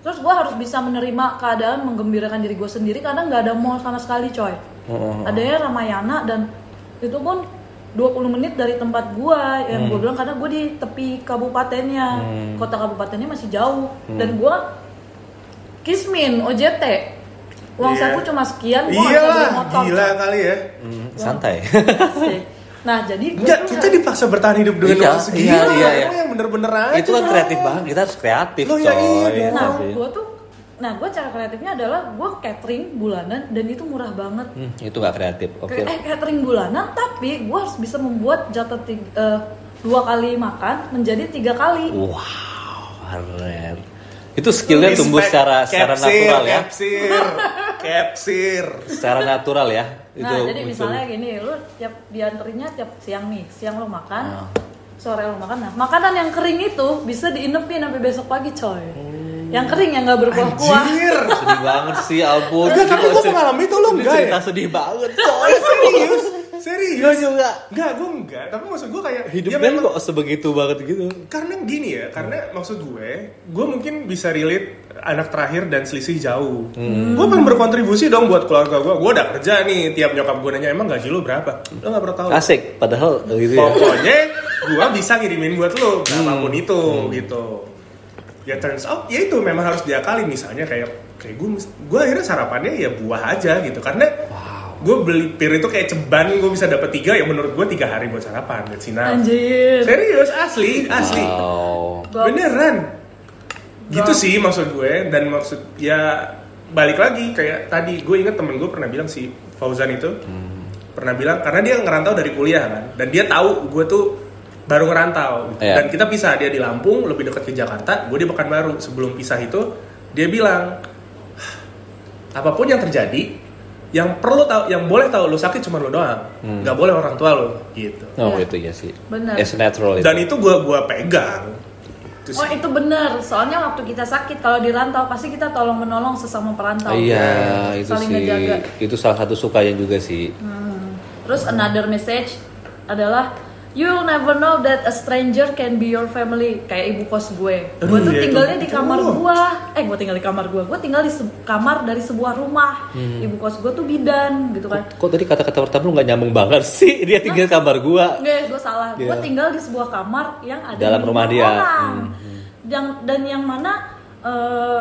S3: Terus gue harus bisa menerima keadaan menggembirakan diri gue sendiri karena nggak ada mall sama sekali coy.
S1: Mm-mm.
S3: Adanya Ramayana dan itu pun 20 menit dari tempat gue yang gue bilang karena gue di tepi kabupatennya, kota kabupatennya masih jauh dan gue kismin OJT uang
S2: Iya.
S3: saku cuma sekian gue bisa
S2: Iyalah,
S3: beli motor
S2: gila kali ya.
S1: Hmm, santai.
S3: Asik. nah jadi gua
S2: Enggak,
S3: tuh
S2: kita dipaksa bertahan hidup dengan
S1: Iya,
S2: uang segini.
S1: iya, iya, iya.
S2: Kamu yang bener-bener aja.
S1: itu kan
S2: dong.
S1: kreatif banget. Kita harus kreatif
S2: Loh,
S1: coy.
S2: ya iya dong.
S1: Iya
S3: Nah,
S1: sih.
S3: gue tuh, nah gue cara kreatifnya adalah gue catering bulanan dan itu murah banget.
S1: Hmm, itu nggak kreatif. Oke.
S3: Eh catering bulanan, tapi gue harus bisa membuat jatah tiga- eh, dua kali makan menjadi tiga kali.
S1: Wow, keren. Itu skillnya
S2: Respect.
S1: tumbuh secara secara
S2: Capsir,
S1: natural ya.
S2: Capsir, capsir.
S1: Secara natural ya. Itu
S3: Nah, jadi
S1: muncul.
S3: misalnya gini, lu tiap dianterinnya tiap siang nih, siang lo
S1: Ah.
S3: makan, sore lo makan. Nah, makanan yang kering itu bisa diinepin sampai besok pagi,
S1: Oh.
S3: coy. Yang kering yang nggak berkuah-kuah.
S2: Anjir.
S1: sedih banget sih ampun.
S2: Enggak, tapi
S1: Ini
S2: gue
S1: cerita-
S2: mengalami itu lo
S1: ini
S2: enggak ya?
S1: cerita sedih banget coy.
S2: Serius, serius.
S1: Gue juga.
S2: Enggak, gue enggak. Tapi maksud gue kayak
S1: Hidup
S2: ya
S1: Ben
S2: memang-
S1: kok sebegitu banget gitu.
S2: Karena gini ya, karena maksud gue, gue mungkin bisa relate anak terakhir dan selisih jauh. Gue pengen berkontribusi dong buat keluarga gue. Gue udah kerja nih, tiap nyokap gue nanya emang gaji lo berapa? Lo gak pernah tahu. Iya.
S1: Asik, padahal gitu ya.
S2: Pokoknya gue bisa ngirimin buat lo, apapun itu gitu. Ya turns out ya itu memang harus diakali misalnya kayak kayak gue gue akhirnya sarapannya ya buah aja gitu karena gue beli pir itu kayak ceban gue bisa dapat tiga ya menurut gue tiga hari buat sarapan that's enough.
S1: Eh,
S3: Anjir.
S2: serius asli asli
S1: Wow.
S3: Gua-
S2: Beneran. Gitu sih maksud gue dan maksud ya balik lagi kayak tadi gue inget temen gue pernah bilang si Fauzan itu pernah bilang karena dia ngerantau dari kuliah kan dan dia tahu gue tuh baru ngerantau gitu.
S1: Iya.
S2: dan kita pisah dia di Lampung lebih dekat ke Jakarta gue di Pekanbaru sebelum pisah itu dia bilang "Hah, apapun yang terjadi yang perlu tahu yang boleh tahu lo sakit cuma lo doang nggak boleh orang tua lo gitu
S1: Oh,
S3: Ya.
S1: itu ya sih.
S3: Benar.
S1: It's natural itu.
S2: dan itu gue gua pegang Itu
S3: Oh
S2: sih.
S3: itu benar, soalnya waktu kita sakit kalau di rantau pasti kita tolong menolong sesama perantau.
S1: Iya, itu
S3: Saling
S1: sih.
S3: ngejaga.
S1: Itu salah satu sukanya juga sih.
S3: Terus another message adalah you'll never know that a stranger can be your family. Kayak ibu kos gue. Gue
S2: Aduh,
S3: tuh
S2: iya,
S3: tinggalnya
S2: itu.
S3: di kamar
S2: Oh.
S3: gue. Eh gue tinggal di kamar gue. Gue tinggal di se- kamar dari sebuah rumah.
S1: Hmm.
S3: Ibu kos gue tuh bidan gitu kan.
S1: Kok tadi kata-kata pertama lu nggak nyambung banget sih? Dia tinggal di kamar gua.
S3: Nggak, gue salah. Gue
S1: Iya.
S3: tinggal di sebuah kamar yang ada
S1: Dalam
S3: lima
S1: rumah dia.
S3: orang.
S1: Hmm,
S3: Dan dan yang mana eh,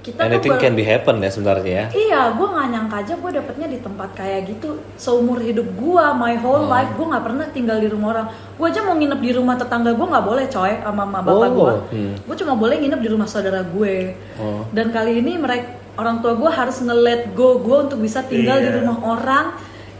S3: kita tuh
S1: Anything
S3: ber-
S1: can be happen ya sebenarnya ya.
S3: Iya, gue nggak nyangka aja gue dapetnya di tempat kayak gitu. Seumur hidup gue, my whole life, gue nggak pernah tinggal di rumah orang. Gue aja mau nginep di rumah tetangga gue nggak boleh, coy, sama mama bapak
S1: Oh,
S3: gue.
S1: hmm.
S3: Gue cuma boleh nginep di rumah saudara gue.
S1: Oh.
S3: Dan kali ini mereka orang tua gue harus nge-let go gue untuk bisa tinggal di
S2: Iya.
S3: rumah orang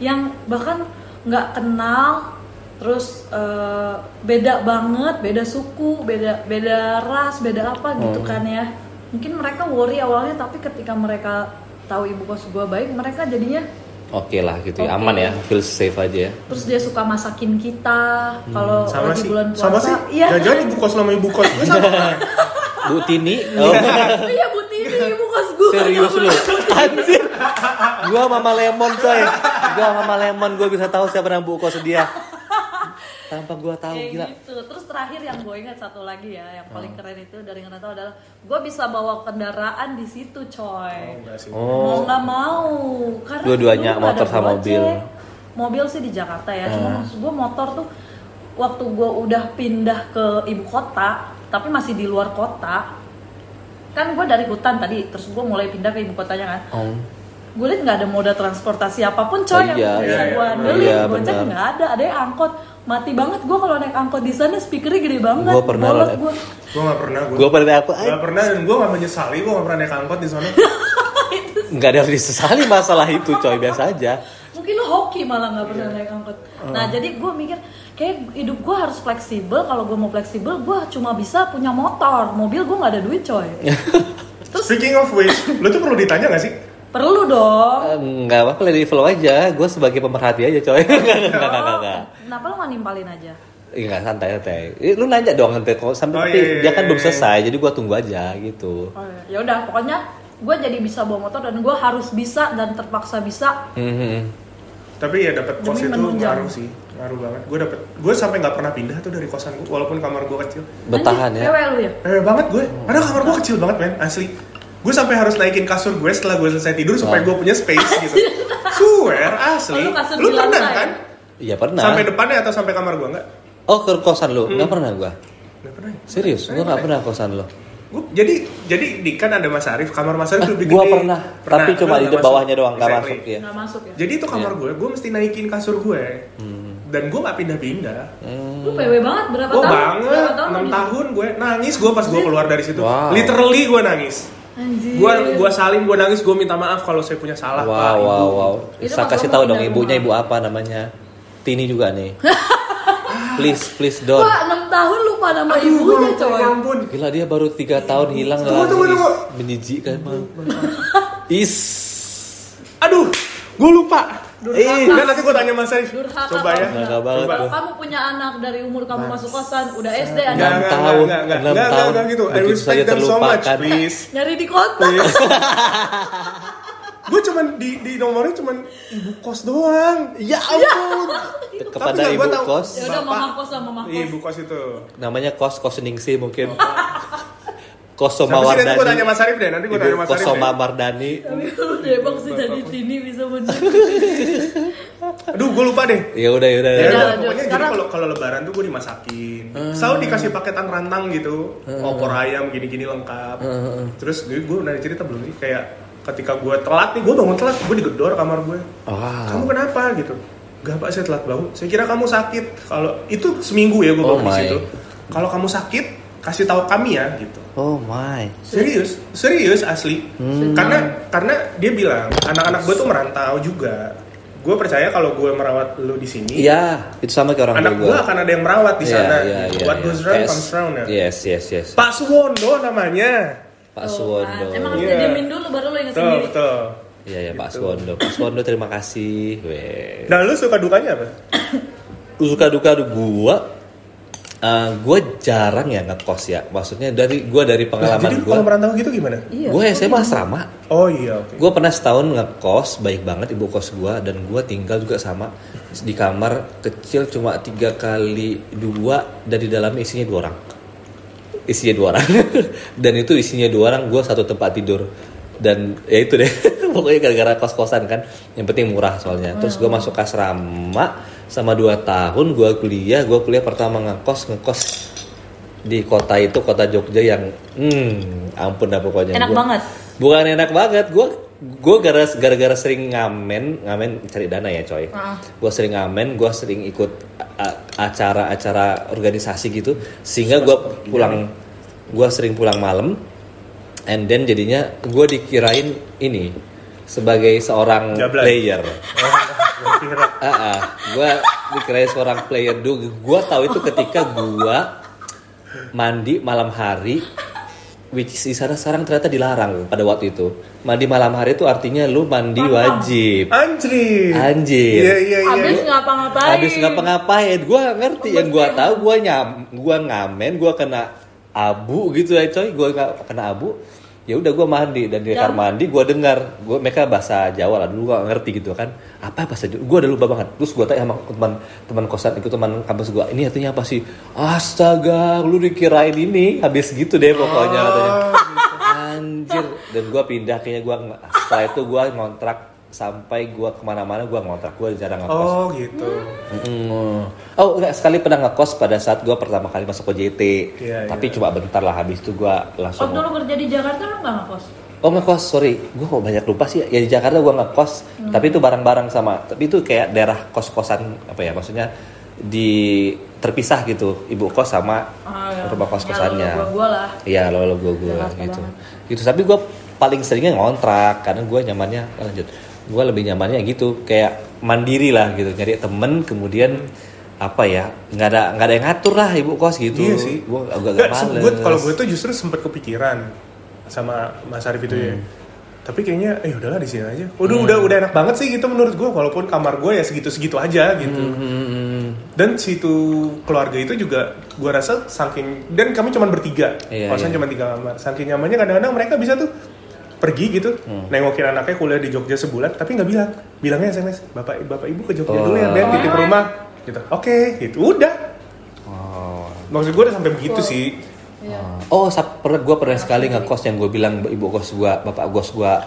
S3: yang bahkan nggak kenal, terus eh, beda banget, beda suku, beda beda ras, beda apa
S2: Oh.
S3: gitu kan ya mungkin mereka worry awalnya tapi ketika mereka tahu ibu kos gue baik mereka jadinya
S1: Oke lah gitu, ya.
S3: Oke.
S1: aman ya, feel safe aja ya.
S3: terus dia suka masakin kita kalau
S2: Hmm, sama
S3: lagi
S2: sih
S3: bulan puasa
S2: sama sih
S3: iya
S2: jangan-jangan ibu kos sama ibu kos gue sama
S1: Bu Tini, oh,
S3: iya bu Tini ibu kos gue
S1: serius lu, anjir. Gua mama lemon coy, gua mama lemon, gua bisa tahu siapa nama buku kos dia. Tanpa gua tahu
S3: Kayak
S1: gila. Ah.
S3: gitu. Terus terakhir yang gue ingat satu lagi ya, yang paling keren itu dari ngerantau adalah gue bisa bawa kendaraan di situ, coy.
S2: Enggak sih.
S3: mau
S1: Oh,
S3: nggak mau karena
S1: Dua-duanya,
S3: dulu nggak ada
S1: motor sama mobil. Ah.
S3: Gojek. mobil sih di Jakarta ya cuma maksud gue motor tuh waktu gue udah pindah ke ibu kota tapi masih di luar kota kan gue dari hutan tadi terus gue mulai pindah ke ibu kotanya kan
S1: Oh.
S3: gue liat nggak ada moda transportasi apapun
S1: Oh,
S3: coy yang
S1: iya,
S3: bisa
S2: iya,
S3: gue
S2: iya,
S3: beli
S1: iya,
S3: gojek
S1: benar.
S3: nggak ada ada yang angkot mati banget gue kalau naik angkot di sana speakernya gede banget
S1: Gua pernah
S3: bolot
S1: liat.
S3: gua.
S2: gue gak pernah gue
S1: Gua pada aku,
S2: gak pernah dan gue gak menyesali gue gak pernah naik angkot di sana
S1: nggak ada yang disesali masalah itu coy, biasa aja.
S3: mungkin lo hoki malah nggak pernah naik angkot
S1: Iya.
S3: nah
S1: Ah.
S3: jadi gue mikir kayak hidup gue harus fleksibel kalau gue mau fleksibel gue cuma bisa punya motor mobil gue nggak ada duit coy
S1: Iya.
S2: speaking of which lu tuh perlu ditanya gak sih
S3: perlu dong
S1: Eh, nggak apa-apa lady flow aja gue sebagai pemerhati aja coy nggak nggak nggak nggak nggak
S3: kenapa lo nggak nimpalin aja
S1: Ih, nggak santai santai Eh, lu nanya dong nanti kalau sampai
S2: Oh,
S1: tapi
S2: iya, iya,
S1: dia kan
S2: iya,
S1: belum
S2: iya.
S1: selesai jadi gue tunggu aja gitu
S3: oh, iya. ya udah pokoknya gue jadi bisa bawa motor dan gue harus bisa dan terpaksa bisa
S1: Mhm.
S2: Tapi ya dapat kos itu
S3: Demi menunjang.
S2: ngaruh sih, ngaruh banget. Gue dapet, gue sampai nggak pernah pindah tuh dari kosan gue, walaupun kamar gue kecil.
S1: Bertahan
S3: Anjir,
S1: ya.
S3: pewe lu ya
S2: Eh banget gue, padahal kamar gue kecil banget men, asli. Gue sampai harus naikin kasur gue setelah gue selesai tidur supaya gue punya space gitu. Swear asli.
S3: Oh, Lu kasur
S2: Lu
S3: di
S2: pernah
S3: lantai.
S2: kan?
S1: Iya pernah.
S2: Sampai Hmm. depannya atau sampai kamar gue nggak?
S1: Oh ke kosan lu? Nggak pernah gua.
S2: Nggak pernah.
S1: Serius, gua nggak pernah kosan lu.
S2: Gua, jadi jadi di kan ada Mas Arif, kamar Mas Arif lebih
S1: Eh, gua
S2: gede.
S1: pernah, tapi cuma
S2: gua
S1: di
S2: nggak
S1: bawahnya
S2: masuk.
S1: doang Iya. nggak
S2: Exactly.
S1: masuk ya.
S3: nggak masuk ya
S2: Jadi itu kamar gue, gue mesti naikin kasur gue.
S1: Hmm.
S2: Dan gue gak pindah-pindah.
S3: lu PW banget berapa
S2: Gue Oh,
S3: tahun
S2: banget,
S3: berapa tahun
S2: 6
S3: lu?
S2: tahun gue nangis gue pas gue keluar dari situ.
S1: Wow.
S2: Literally gue nangis.
S3: anjir
S2: Gue gua salin, gue nangis, gue minta maaf kalau saya punya salah. Pak,
S1: Wow,
S2: Ibu.
S1: wow, wow.
S3: Itu
S1: Saya
S3: pas
S1: kasih
S3: lu
S1: tahu
S3: mau
S1: dong
S3: pindah
S1: ibunya ibu
S3: rumah.
S1: apa namanya. Tini juga nih. please, please don't.
S3: Wah, 6 tahun lupa nama
S2: Aduh,
S3: ibunya
S2: gua-
S3: coy
S2: Ya ampun.
S1: Gila dia baru tiga tahun hilang
S2: Tunggu,
S1: lagi.
S2: tunggu, tunggu.
S1: Menjijikkan emang. Is.
S2: Aduh, gue lupa.
S1: Eh,
S2: Udah nanti gue tanya Mas Arif.
S3: Durhaka
S2: Coba ya.
S3: kamu.
S1: Nggak banget
S2: Coba.
S3: Kalau kamu punya anak dari umur kamu masuk kosan, udah SD
S2: Enggak,
S3: ada
S1: Jangan.
S2: enggak,
S1: tahun,
S2: enggak, enggak,
S1: enam
S2: enggak,
S1: tahun.
S2: enggak gitu. I
S1: Begitu
S2: respect
S1: saja
S2: them so much,
S1: terlupakan.
S2: please.
S3: nyari di kota.
S2: Iya. gue cuman di di nomornya cuman ibu kos doang. Ya ampun.
S1: Kepada
S2: nggak,
S1: ibu
S2: gua tahu.
S1: kos.
S3: Ya udah
S2: Bapak.
S3: mama kos sama mama
S2: Iya,
S3: kos.
S2: ibu kos itu.
S1: Namanya kos kos Ningsi mungkin. kos Soma
S2: Tapi sih nanti gue tanya
S1: Wardani.
S2: Mas Arif deh, nanti gue tanya
S1: Ibu
S2: Mas
S1: kos
S2: Arif. ya.
S1: Soma
S2: deh.
S1: Wardani.
S3: Tapi lu debak sih jadi sini bisa bener.
S2: Aduh, gue lupa deh.
S1: Ya udah, ya udah.
S2: Ya,
S1: ya Hmm. udah.
S2: udah,
S3: lanjut.
S2: pokoknya jadi
S3: Sekarang-
S2: kalau kalau lebaran tuh gue dimasakin. Selalu dikasih paketan rantang gitu,
S1: Hmm.
S2: opor ayam gini-gini lengkap. Terus gue gue udah cerita belum sih kayak ketika gue telat nih, gue bangun telat, gue digedor kamar gue.
S1: Wow.
S2: Kamu kenapa gitu? Gak pak saya telat bangun. Saya kira kamu sakit. Kalau itu seminggu ya gue
S1: Oh
S2: bangun di
S1: my.
S2: situ. Kalau kamu sakit, kasih tahu kami ya gitu.
S1: Oh my.
S2: Serius, serius asli. Karena karena dia bilang anak-anak gue tuh merantau juga. Gue percaya kalau gue merawat lu di sini,
S1: Iya, itu sama kayak orang
S2: anak
S1: tua
S2: gue akan ada yang merawat di
S1: Iya,
S2: sana.
S1: iya,
S2: gitu.
S1: iya,
S2: What
S1: iya.
S2: goes round
S1: Yes.
S2: comes round ya.
S1: Yes, yes, yes.
S2: Pak Suwondo namanya.
S1: Pak
S3: Tuh,
S1: Suwondo.
S3: kan. Emang harus
S2: Iya.
S3: didiemin dulu baru lu inget
S2: Betul,
S3: sendiri.
S2: betul.
S1: Iya, ya, Pak
S2: Gitu.
S1: Suwondo. Pak Suwondo terima kasih. Weh.
S2: Nah, lu suka dukanya apa?
S1: Suka duka du- gua eh, gua jarang ya ngekos ya. Maksudnya dari gua dari
S2: Nah,
S1: pengalaman
S2: jadi lu
S1: gua
S2: kalau merantau gitu gimana?
S3: Iya.
S1: gua SMA asrama.
S2: Oh iya, oke.
S1: Gue pernah setahun ngekos, baik banget ibu kos gua dan gua tinggal juga sama di kamar kecil cuma tiga kali dua dan di dalamnya isinya dua orang, isinya dua orang dan itu isinya dua orang gua satu tempat tidur dan ya itu deh pokoknya gara-gara kos-kosan kan yang penting murah soalnya terus gua masuk asrama sama dua tahun gua kuliah gua kuliah pertama ngekos ngekos di kota itu kota Jogja yang hmm ampun dah pokoknya
S3: Enak
S1: Gua-
S3: banget.
S1: bukan enak banget gue gue gara-gara sering ngamen ngamen cari dana ya coy
S3: Ah.
S1: gue sering ngamen gue sering ikut a- acara-acara organisasi gitu sehingga gue pulang gue sering pulang malam and then jadinya gue dikirain ini sebagai seorang
S2: Jablan.
S1: player
S2: Gua kira.
S1: ah gue dikirain seorang player dulu gue tahu itu ketika gue mandi malam hari which is di sana sekarang ternyata dilarang pada waktu itu mandi malam hari itu artinya lu mandi wajib
S2: Anjir.
S1: Anjir.
S2: Iya, iya, iya.
S3: Habis ngapa-ngapain.
S1: habis ngapa-ngapain gue ngerti yang gue tahu gue nyam gue ngamen gue kena abu gitu ya coy gue nggak kena abu ya udah gue mandi dan di kamar mandi gue dengar gue mereka bahasa Jawa lah dulu gue ngerti gitu kan apa bahasa Jawa gue udah lupa banget terus gue tanya sama teman teman kosan itu teman kampus gue ini artinya apa sih astaga lu dikirain ini habis gitu deh pokoknya katanya anjir dan gue pindah kayaknya gue setelah itu gue ngontrak sampai gue kemana-mana gue ngontrak gue jarang ngekos
S2: Oh, gitu.
S1: Mm. Oh, enggak sekali pernah ngekos pada saat gua pertama kali masuk OJT.
S2: Iya, Oh,
S1: Tapi cuma bentar lah habis itu gua langsung
S3: Waktu lu kerja di Jakarta lu nggak ngekos?
S1: Oh, ngekos, sorry. Gua kok banyak lupa sih. Ya di Jakarta gua ngekos, tapi itu bareng-bareng sama. Tapi itu kayak daerah kos-kosan apa ya? Maksudnya di terpisah gitu, ibu kos sama
S3: Ah,
S1: rumah
S3: ya. Ya, lu- lu-
S1: kos-kosannya.
S3: gua lah.
S1: Iya, lo lo gue gue
S3: Jakarta
S1: gitu. Gitu. Tapi gue paling seringnya ngontrak karena gue nyamannya eh, lanjut. Gue lebih nyamannya gitu kayak mandiri lah gitu. Nyari temen kemudian apa ya nggak ada nggak ada yang ngatur lah ibu kos gitu.
S2: Iya sih.
S1: Gue agak agak
S2: Nggak, se-
S1: males.
S2: gua- kalau gue tuh justru sempet kepikiran sama Mas Arif itu
S1: Hmm.
S2: ya. Tapi kayaknya eh udahlah di sini aja. Udah udah udah enak banget sih gitu menurut gue walaupun kamar gue ya segitu-segitu aja gitu. Dan situ keluarga itu juga gue rasa saking dan kami cuma bertiga.
S1: Iya, iya.
S2: Kosan cuma tiga kamar. Saking nyamannya kadang-kadang mereka bisa tuh pergi gitu
S1: Hmm.
S2: nengokin anaknya kuliah di Jogja sebulan tapi nggak bilang bilangnya SMS bapak bapak ibu ke Jogja dulu ya Ben titip rumah gitu oke gitu udah maksud gue udah sampai begitu sih
S1: Oh, sap, pernah gue pernah sekali ngekos yang gue bilang ibu kos gua, bapak kos gua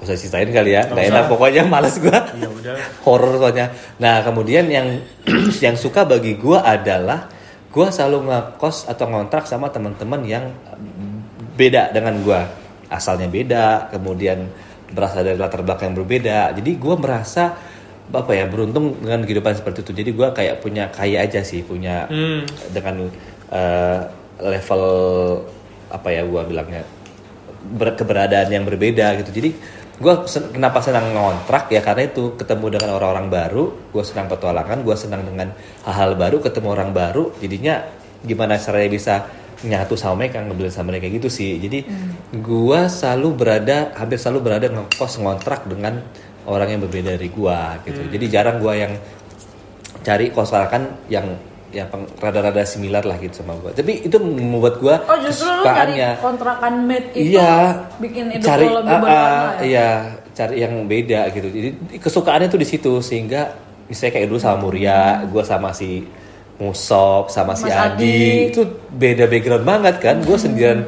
S1: kok saya ceritain kali ya, nggak enak pokoknya males gua.
S2: ya
S3: Iya,
S2: udah
S1: horor soalnya. Nah kemudian yang yang suka bagi gua adalah gua selalu ngekos atau ngontrak sama teman-teman yang beda dengan gua asalnya beda, kemudian berasal dari latar belakang yang berbeda. Jadi gua merasa apa ya beruntung dengan kehidupan seperti itu. Jadi gua kayak punya kaya aja sih, punya dengan eh, level apa ya gua bilangnya ber- keberadaan yang berbeda gitu. Jadi gue kenapa senang ngontrak ya karena itu ketemu dengan orang-orang baru, gue senang petualangan, gue senang dengan hal-hal baru, ketemu orang baru, jadinya gimana caranya bisa nyatu sama mereka, ngebelin sama mereka gitu sih. Jadi
S3: Hmm.
S1: gue selalu berada, hampir selalu berada ngekos ngontrak dengan orang yang berbeda dari gue gitu.
S3: Hmm.
S1: Jadi jarang gue yang cari kontrakan yang yang peng- rada-rada similar lah gitu sama gue. Tapi itu membuat gue
S3: Oh justru lu cari kontrakan mate itu
S1: iya
S3: bikin hidup
S1: cari
S3: lo lebih
S1: ah,
S3: berwarna
S1: ah,
S3: ya?
S1: iya cari yang beda gitu jadi kesukaannya tuh di situ sehingga misalnya kayak dulu sama Muria gue sama si Musop sama si Adi,
S3: Mas Adi. Hmm.
S1: itu beda background banget kan gue sendirian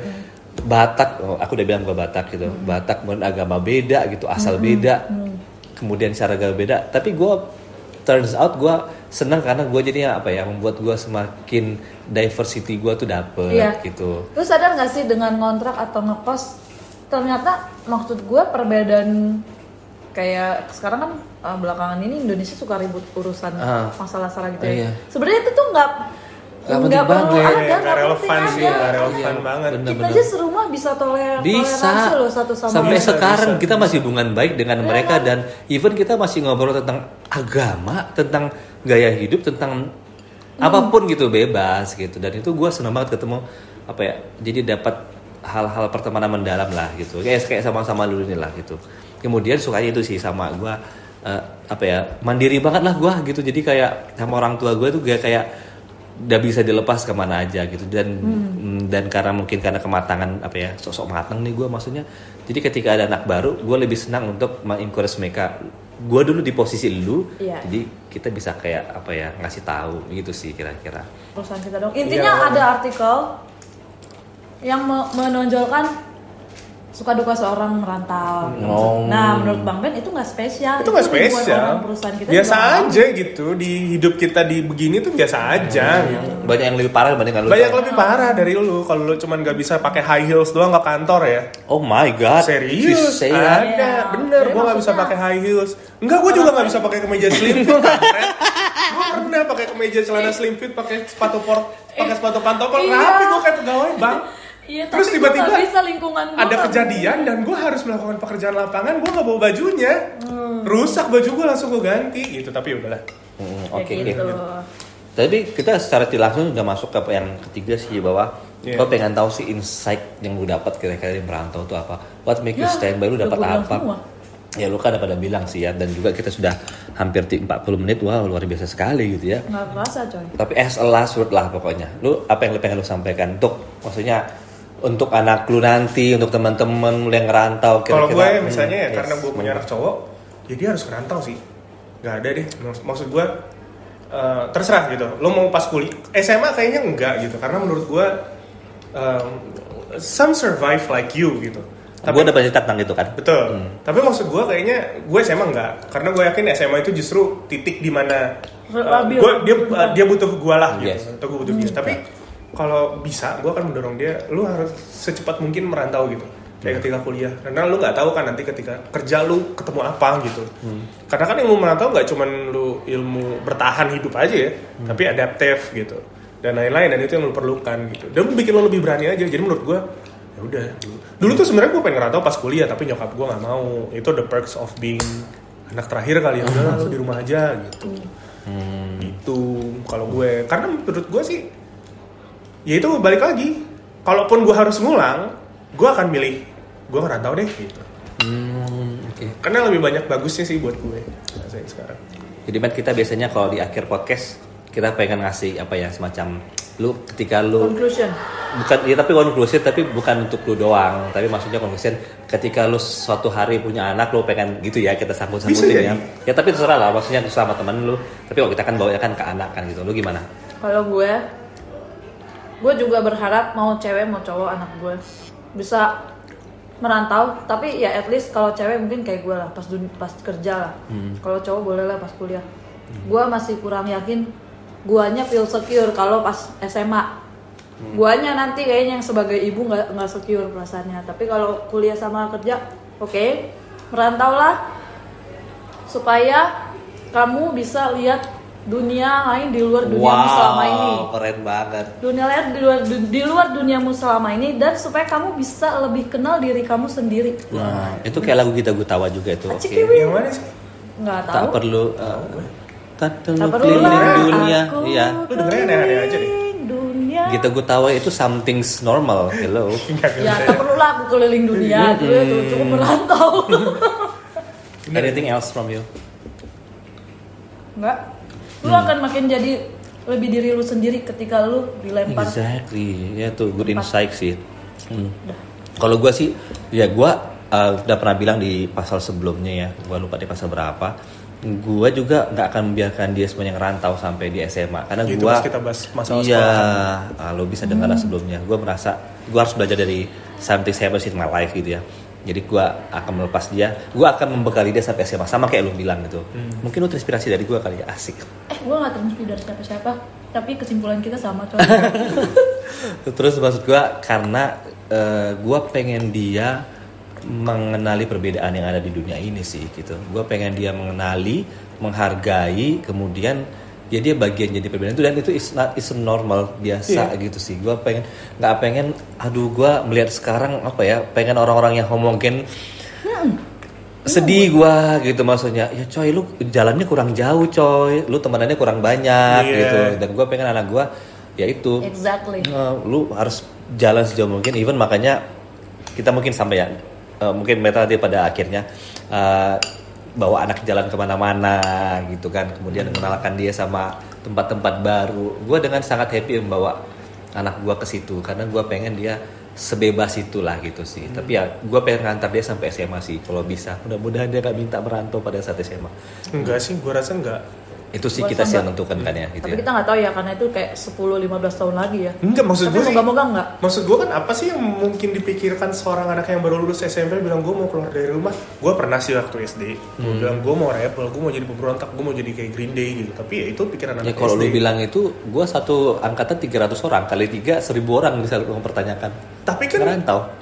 S1: Batak oh, aku udah bilang gue Batak gitu
S3: Hmm.
S1: Batak kemudian agama beda gitu asal beda kemudian cara agama beda tapi gue turns out gue senang karena gue jadinya apa ya membuat gue semakin diversity gue tuh dapet
S3: Iya.
S1: gitu
S3: Lu sadar gak sih dengan ngontrak atau ngekos ternyata maksud gue perbedaan kayak sekarang kan eh, belakangan ini Indonesia suka ribut urusan
S1: Ah.
S3: masalah-masalah gitu
S1: Iya.
S3: ya. Sebenarnya itu tuh nggak
S1: Nggak
S3: nggak
S1: penting
S3: perlu
S1: banget.
S3: ada
S2: Kayak Iya,
S3: nggak
S2: nggak
S3: penting
S2: relevan
S3: ada. Iya.
S2: sih nggak relevan
S1: Iya.
S2: banget
S3: Kita aja serumah bisa toler toleransi
S1: bisa
S3: Iya, loh satu sama
S1: sampai
S3: lain. Iya, kan?
S1: sekarang kita masih hubungan baik dengan mereka dan even kita masih ngobrol tentang agama tentang gaya hidup tentang
S3: Hmm.
S1: apapun gitu bebas gitu dan itu gue senang banget ketemu apa ya jadi dapat hal-hal pertemanan mendalam lah gitu kayak kayak sama-sama dulu nih lah gitu kemudian sukanya itu sih sama gue eh, apa ya mandiri banget lah gue gitu jadi kayak sama orang tua gue tuh kayak kayak udah bisa dilepas kemana aja gitu dan
S3: Hmm.
S1: mm, dan karena mungkin karena kematangan apa ya sosok matang nih gue maksudnya jadi ketika ada anak baru gue lebih senang untuk mengencourage mereka gue dulu di posisi lu
S3: Iya.
S1: jadi kita bisa kayak apa ya ngasih tahu gitu sih kira-kira
S3: urusan kita dong.
S2: Iya.
S3: Intinya ada artikel yang me- menonjolkan suka duka seorang merantau.
S1: Oh.
S3: Nah, menurut Bang Ben itu nggak spesial.
S2: itu nggak
S3: dibuat
S2: spesial
S3: orang perusahaan kita
S2: biasa
S3: juga nggak
S2: aja gitu di hidup kita di begini tuh biasa aja gitu.
S1: banyak yang lebih parah dibandingkan lu
S2: banyak
S1: Bang.
S2: lebih parah dari lu kalau lu cuman nggak bisa pakai high heels doang ke kantor ya
S1: oh my god
S2: serius Ah.
S1: She's saying-
S2: ada bener
S3: Jadi
S2: gue nggak bisa
S3: Iya. maksudnya-
S2: pakai high heels enggak gue juga nggak bisa pakai kemeja slim fit gue pernah pakai kemeja celana slim fit pakai sepatu port pakai sepatu pantopel
S3: Iya.
S2: rapi gue kayak pegawai bang
S3: Iya, tapi
S2: terus
S3: gua
S2: tiba-tiba
S3: nggak bisa lingkungan gua
S2: ada
S3: nggak
S2: kejadian dan gue harus melakukan pekerjaan lapangan gue nggak bawa bajunya
S3: Hmm.
S2: rusak baju gue langsung gue ganti gitu tapi udahlah
S1: Hmm,
S3: Kayak
S1: oke oke.
S3: gitu.
S1: Tapi kita secara tidak langsung udah masuk ke yang ketiga sih bahwa
S2: Iya.
S1: Kau pengen tahu sih insight yang lu dapat kira-kira di merantau itu apa? What make you
S3: Ya,
S1: stand by lu
S3: udah
S1: dapat
S3: gua bilang
S1: apa?
S3: semua.
S1: Ya lu kan udah pada bilang sih ya dan juga kita sudah hampir ti- 40 menit. Wow, luar biasa sekali gitu ya.
S3: Nggak kerasa coy.
S1: Tapi as a last word lah pokoknya. Lu apa yang lu pengen lu sampaikan untuk maksudnya untuk anak lu nanti, untuk teman-teman lu yang ngerantau
S2: Kalau
S1: kira-kira.
S2: gue
S1: hmm,
S2: misalnya ya
S1: yes.
S2: karena gue punya anak cowok, ya dia harus ngerantau sih. Gak ada deh. Maks- Maksud gue eh, terserah gitu. Lo mau pas kuliah SMA kayaknya enggak gitu. Karena menurut gue em, some survive like you gitu. Tapi
S1: gue udah baca tentang itu kan.
S2: betul. Tapi maksud gue kayaknya gue SMA enggak. Karena gue yakin SMA itu justru titik di mana
S3: Re-
S2: eh,
S3: labil.
S2: gua- dia eh, dia butuh gue lah gitu.
S1: Yes.
S2: Atau gue butuh dia. Tapi kalau bisa, gue akan mendorong dia. Lu harus secepat mungkin merantau gitu. Kayak ketika kuliah, karena lu nggak tahu kan nanti ketika kerja lu ketemu apa gitu. Karena kan ilmu merantau nggak cuman lu ilmu bertahan hidup aja ya, tapi adaptif gitu dan lain-lain dan itu yang lu perlukan gitu. Dan bikin lu lebih berani aja. Jadi menurut gue ya udah. Dulu, dulu tuh sebenarnya gue pengen ngerantau pas kuliah, tapi nyokap gue nggak mau. Itu the perks of being anak terakhir kali ya. Udah lu di rumah aja gitu. Itu kalau gue, karena menurut gue sih ya itu balik lagi kalaupun gue harus ngulang gue akan milih gue ngerantau deh gitu
S1: Hmm, oke.
S2: karena lebih banyak bagusnya sih buat gue rasain sekarang
S1: Jadi Matt kita biasanya kalau di akhir podcast kita pengen ngasih apa ya semacam lu ketika lu
S3: Conclusion.
S1: bukan ya tapi konklusi tapi bukan untuk lu doang tapi maksudnya konklusi ketika lu suatu hari punya anak lu pengen gitu ya kita sangkut sangkutin
S2: Bisa jadi.
S1: ya ya tapi terserah lah maksudnya sama temen lu tapi kalau kita kan bawa kan ke anak kan gitu lu gimana
S3: Kalau gue, gue juga berharap mau cewek mau cowok anak gue bisa merantau. Tapi ya at least kalau cewek mungkin kayak gue lah pas dun- pas kerja lah. Kalau cowok boleh lah pas kuliah. Gue masih kurang yakin guanya feel secure kalau pas SMA. Guanya nanti kayaknya yang sebagai ibu nggak nggak secure perasaannya. Tapi kalau kuliah sama kerja, oke, merantau lah supaya kamu bisa lihat dunia lain di luar duniamu selama ini
S1: keren banget
S3: dunia lain di luar di luar duniamu selama ini dan supaya kamu bisa lebih kenal diri kamu sendiri
S1: Nah, itu kayak lagu kita Gutawa juga itu. Oke.
S3: Acikiwi.
S2: Yang mana sih?
S3: nggak
S1: Tak
S3: tahu
S1: perlu uh, tak perlu
S3: Tak
S1: keliling
S3: lah,
S1: dunia.
S3: aku
S1: Iya.
S2: Lu dengerin aneh-aneh aja deh. Gitu
S3: keliling dunia
S1: Gita Gutawa itu something's normal. Hello.
S2: Enggak bisa.
S3: ya tak perlulah aku
S1: Hmm.
S3: keliling dunia dulu itu cukup merantau
S1: Anything else from you?
S3: nggak lu
S1: Hmm.
S3: akan makin jadi lebih diri lu sendiri ketika lu dilempar
S1: Exactly. Ya tuh good insight sih. Hmm. Kalau gua sih ya gua uh, udah pernah bilang di pasal sebelumnya ya. Gua lupa di pasal berapa. Gua juga nggak akan membiarkan dia semuanya ngerantau sampai di SMA karena
S2: Itu
S1: gua
S2: pas kita bahas masalah
S1: iya,
S2: sekolahan.
S1: ah, lo bisa dengar lah sebelumnya. Gue merasa gue harus belajar dari something happens in my life gitu ya. Jadi gue akan melepas dia, gue akan membekali dia sampai SMA sama kayak lo bilang gitu.
S2: Hmm.
S1: Mungkin lo terinspirasi dari gue kali ya asik.
S3: eh gua nggak terinspirasi dari siapa siapa tapi kesimpulan kita sama coy
S1: Terus maksud gue karena gue pengen dia mengenali perbedaan yang ada di dunia ini sih gitu. Gue pengen dia mengenali, menghargai, kemudian ya dia bagian jadi perbedaan itu dan itu is not is normal biasa gitu sih. Gue pengen nggak pengen, aduh gue melihat sekarang apa ya, pengen orang-orang yang homogen sedih gua gitu maksudnya ya coy lu jalannya kurang jauh coy lu temenannya kurang banyak
S2: Iya.
S1: gitu dan gua pengen anak gua ya itu
S3: exactly
S1: Eh, lu harus jalan sejauh mungkin even makanya kita mungkin sampai ya eh, mungkin meta nanti pada akhirnya eh, bawa anak jalan kemana-mana gitu kan kemudian
S3: Hmm.
S1: mengenalkan dia sama tempat-tempat baru gue dengan sangat happy membawa anak gue ke situ karena gue pengen dia sebebas itulah gitu sih
S3: Hmm.
S1: tapi ya gue pengen ngantar dia sampai SMA sih kalau bisa mudah-mudahan dia gak minta merantau pada saat SMA
S2: Enggak sih, gua rasa enggak.
S1: itu sih
S3: Boleh
S1: kita sih yang
S3: tambah.
S1: menentukan kan ya gitu
S3: tapi
S1: ya
S3: kita nggak tahu ya karena itu kayak 10-15 tahun lagi ya
S2: Enggak maksud
S3: tapi
S2: gue sih.
S3: moga-moga nggak
S2: Maksud gue kan apa sih yang mungkin dipikirkan seorang anak yang baru lulus SMP bilang gue mau keluar dari rumah. Gue pernah sih waktu SD.
S1: Hmm.
S2: Gue bilang gue mau rebel, gue mau jadi pemberontak, gue mau jadi kayak Green Day gitu. Tapi ya itu pikiran
S1: Ya
S2: anak
S1: kalau
S2: SD.
S1: lu bilang itu, gue satu angkatan 300 orang kali tiga 1000 orang bisa lu mempertanyakan.
S2: Tapi kan
S1: Merantau.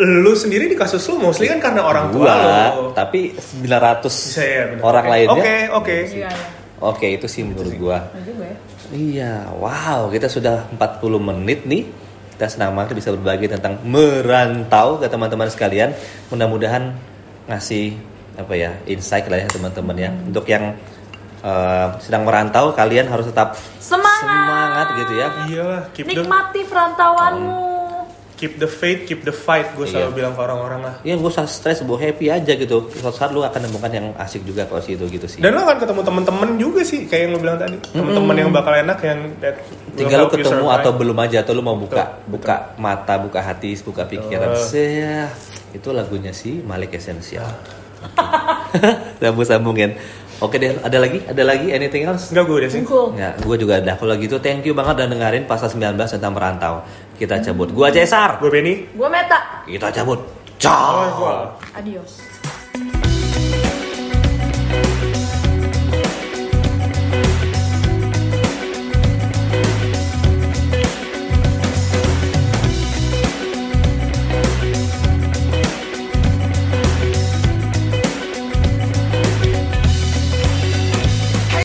S2: lu sendiri di kasus lu mostly kan karena orang tua
S1: Gua,
S2: lu.
S1: tapi 900
S2: Bisa ya, bener.
S1: orang
S2: Oke.
S1: lainnya.
S2: Oke, oke.
S3: iya iya
S1: Oke, itu sih menurut gua.
S3: Nah, juga ya
S1: Iya, wow, kita sudah 40 menit nih. Kita senang banget bisa berbagi tentang merantau ke teman-teman sekalian. Mudah-mudahan ngasih apa ya insight lah ya teman-teman ya. Untuk yang eh, sedang merantau, kalian harus tetap
S3: semangat
S1: semangat gitu ya.
S2: Iyalah, Iya, keep the
S3: nikmati perantauanmu
S2: keep the faith, keep the fight. Gue selalu
S1: Iya.
S2: bilang ke orang-orang lah.
S1: Ya gue usah stres, gue happy aja gitu. Suatu saat lu akan nemukan yang asik juga kalau situ gitu sih.
S2: Dan lo akan ketemu temen-temen juga sih, kayak yang lo bilang tadi. Temen-temen yang bakal enak yang that
S1: Tinggal lu
S2: will help you
S1: ketemu
S2: survive.
S1: atau belum aja atau lu mau buka buka mata, buka hati, buka pikiran. Saya itu lagunya sih Malik Esensial. Sambung sambungin. Oke deh, ada lagi? Ada lagi anything else?
S2: Enggak gue udah sih.
S3: Bungkul.
S1: Enggak, gue juga ada. Kalau gitu thank you banget udah dengerin pasal 19 tentang merantau. Kita cabut. Gua Cesar.
S2: Gue Benny.
S3: gue meta
S1: Kita cabut. Ciao.
S2: Oh, gua.
S3: adios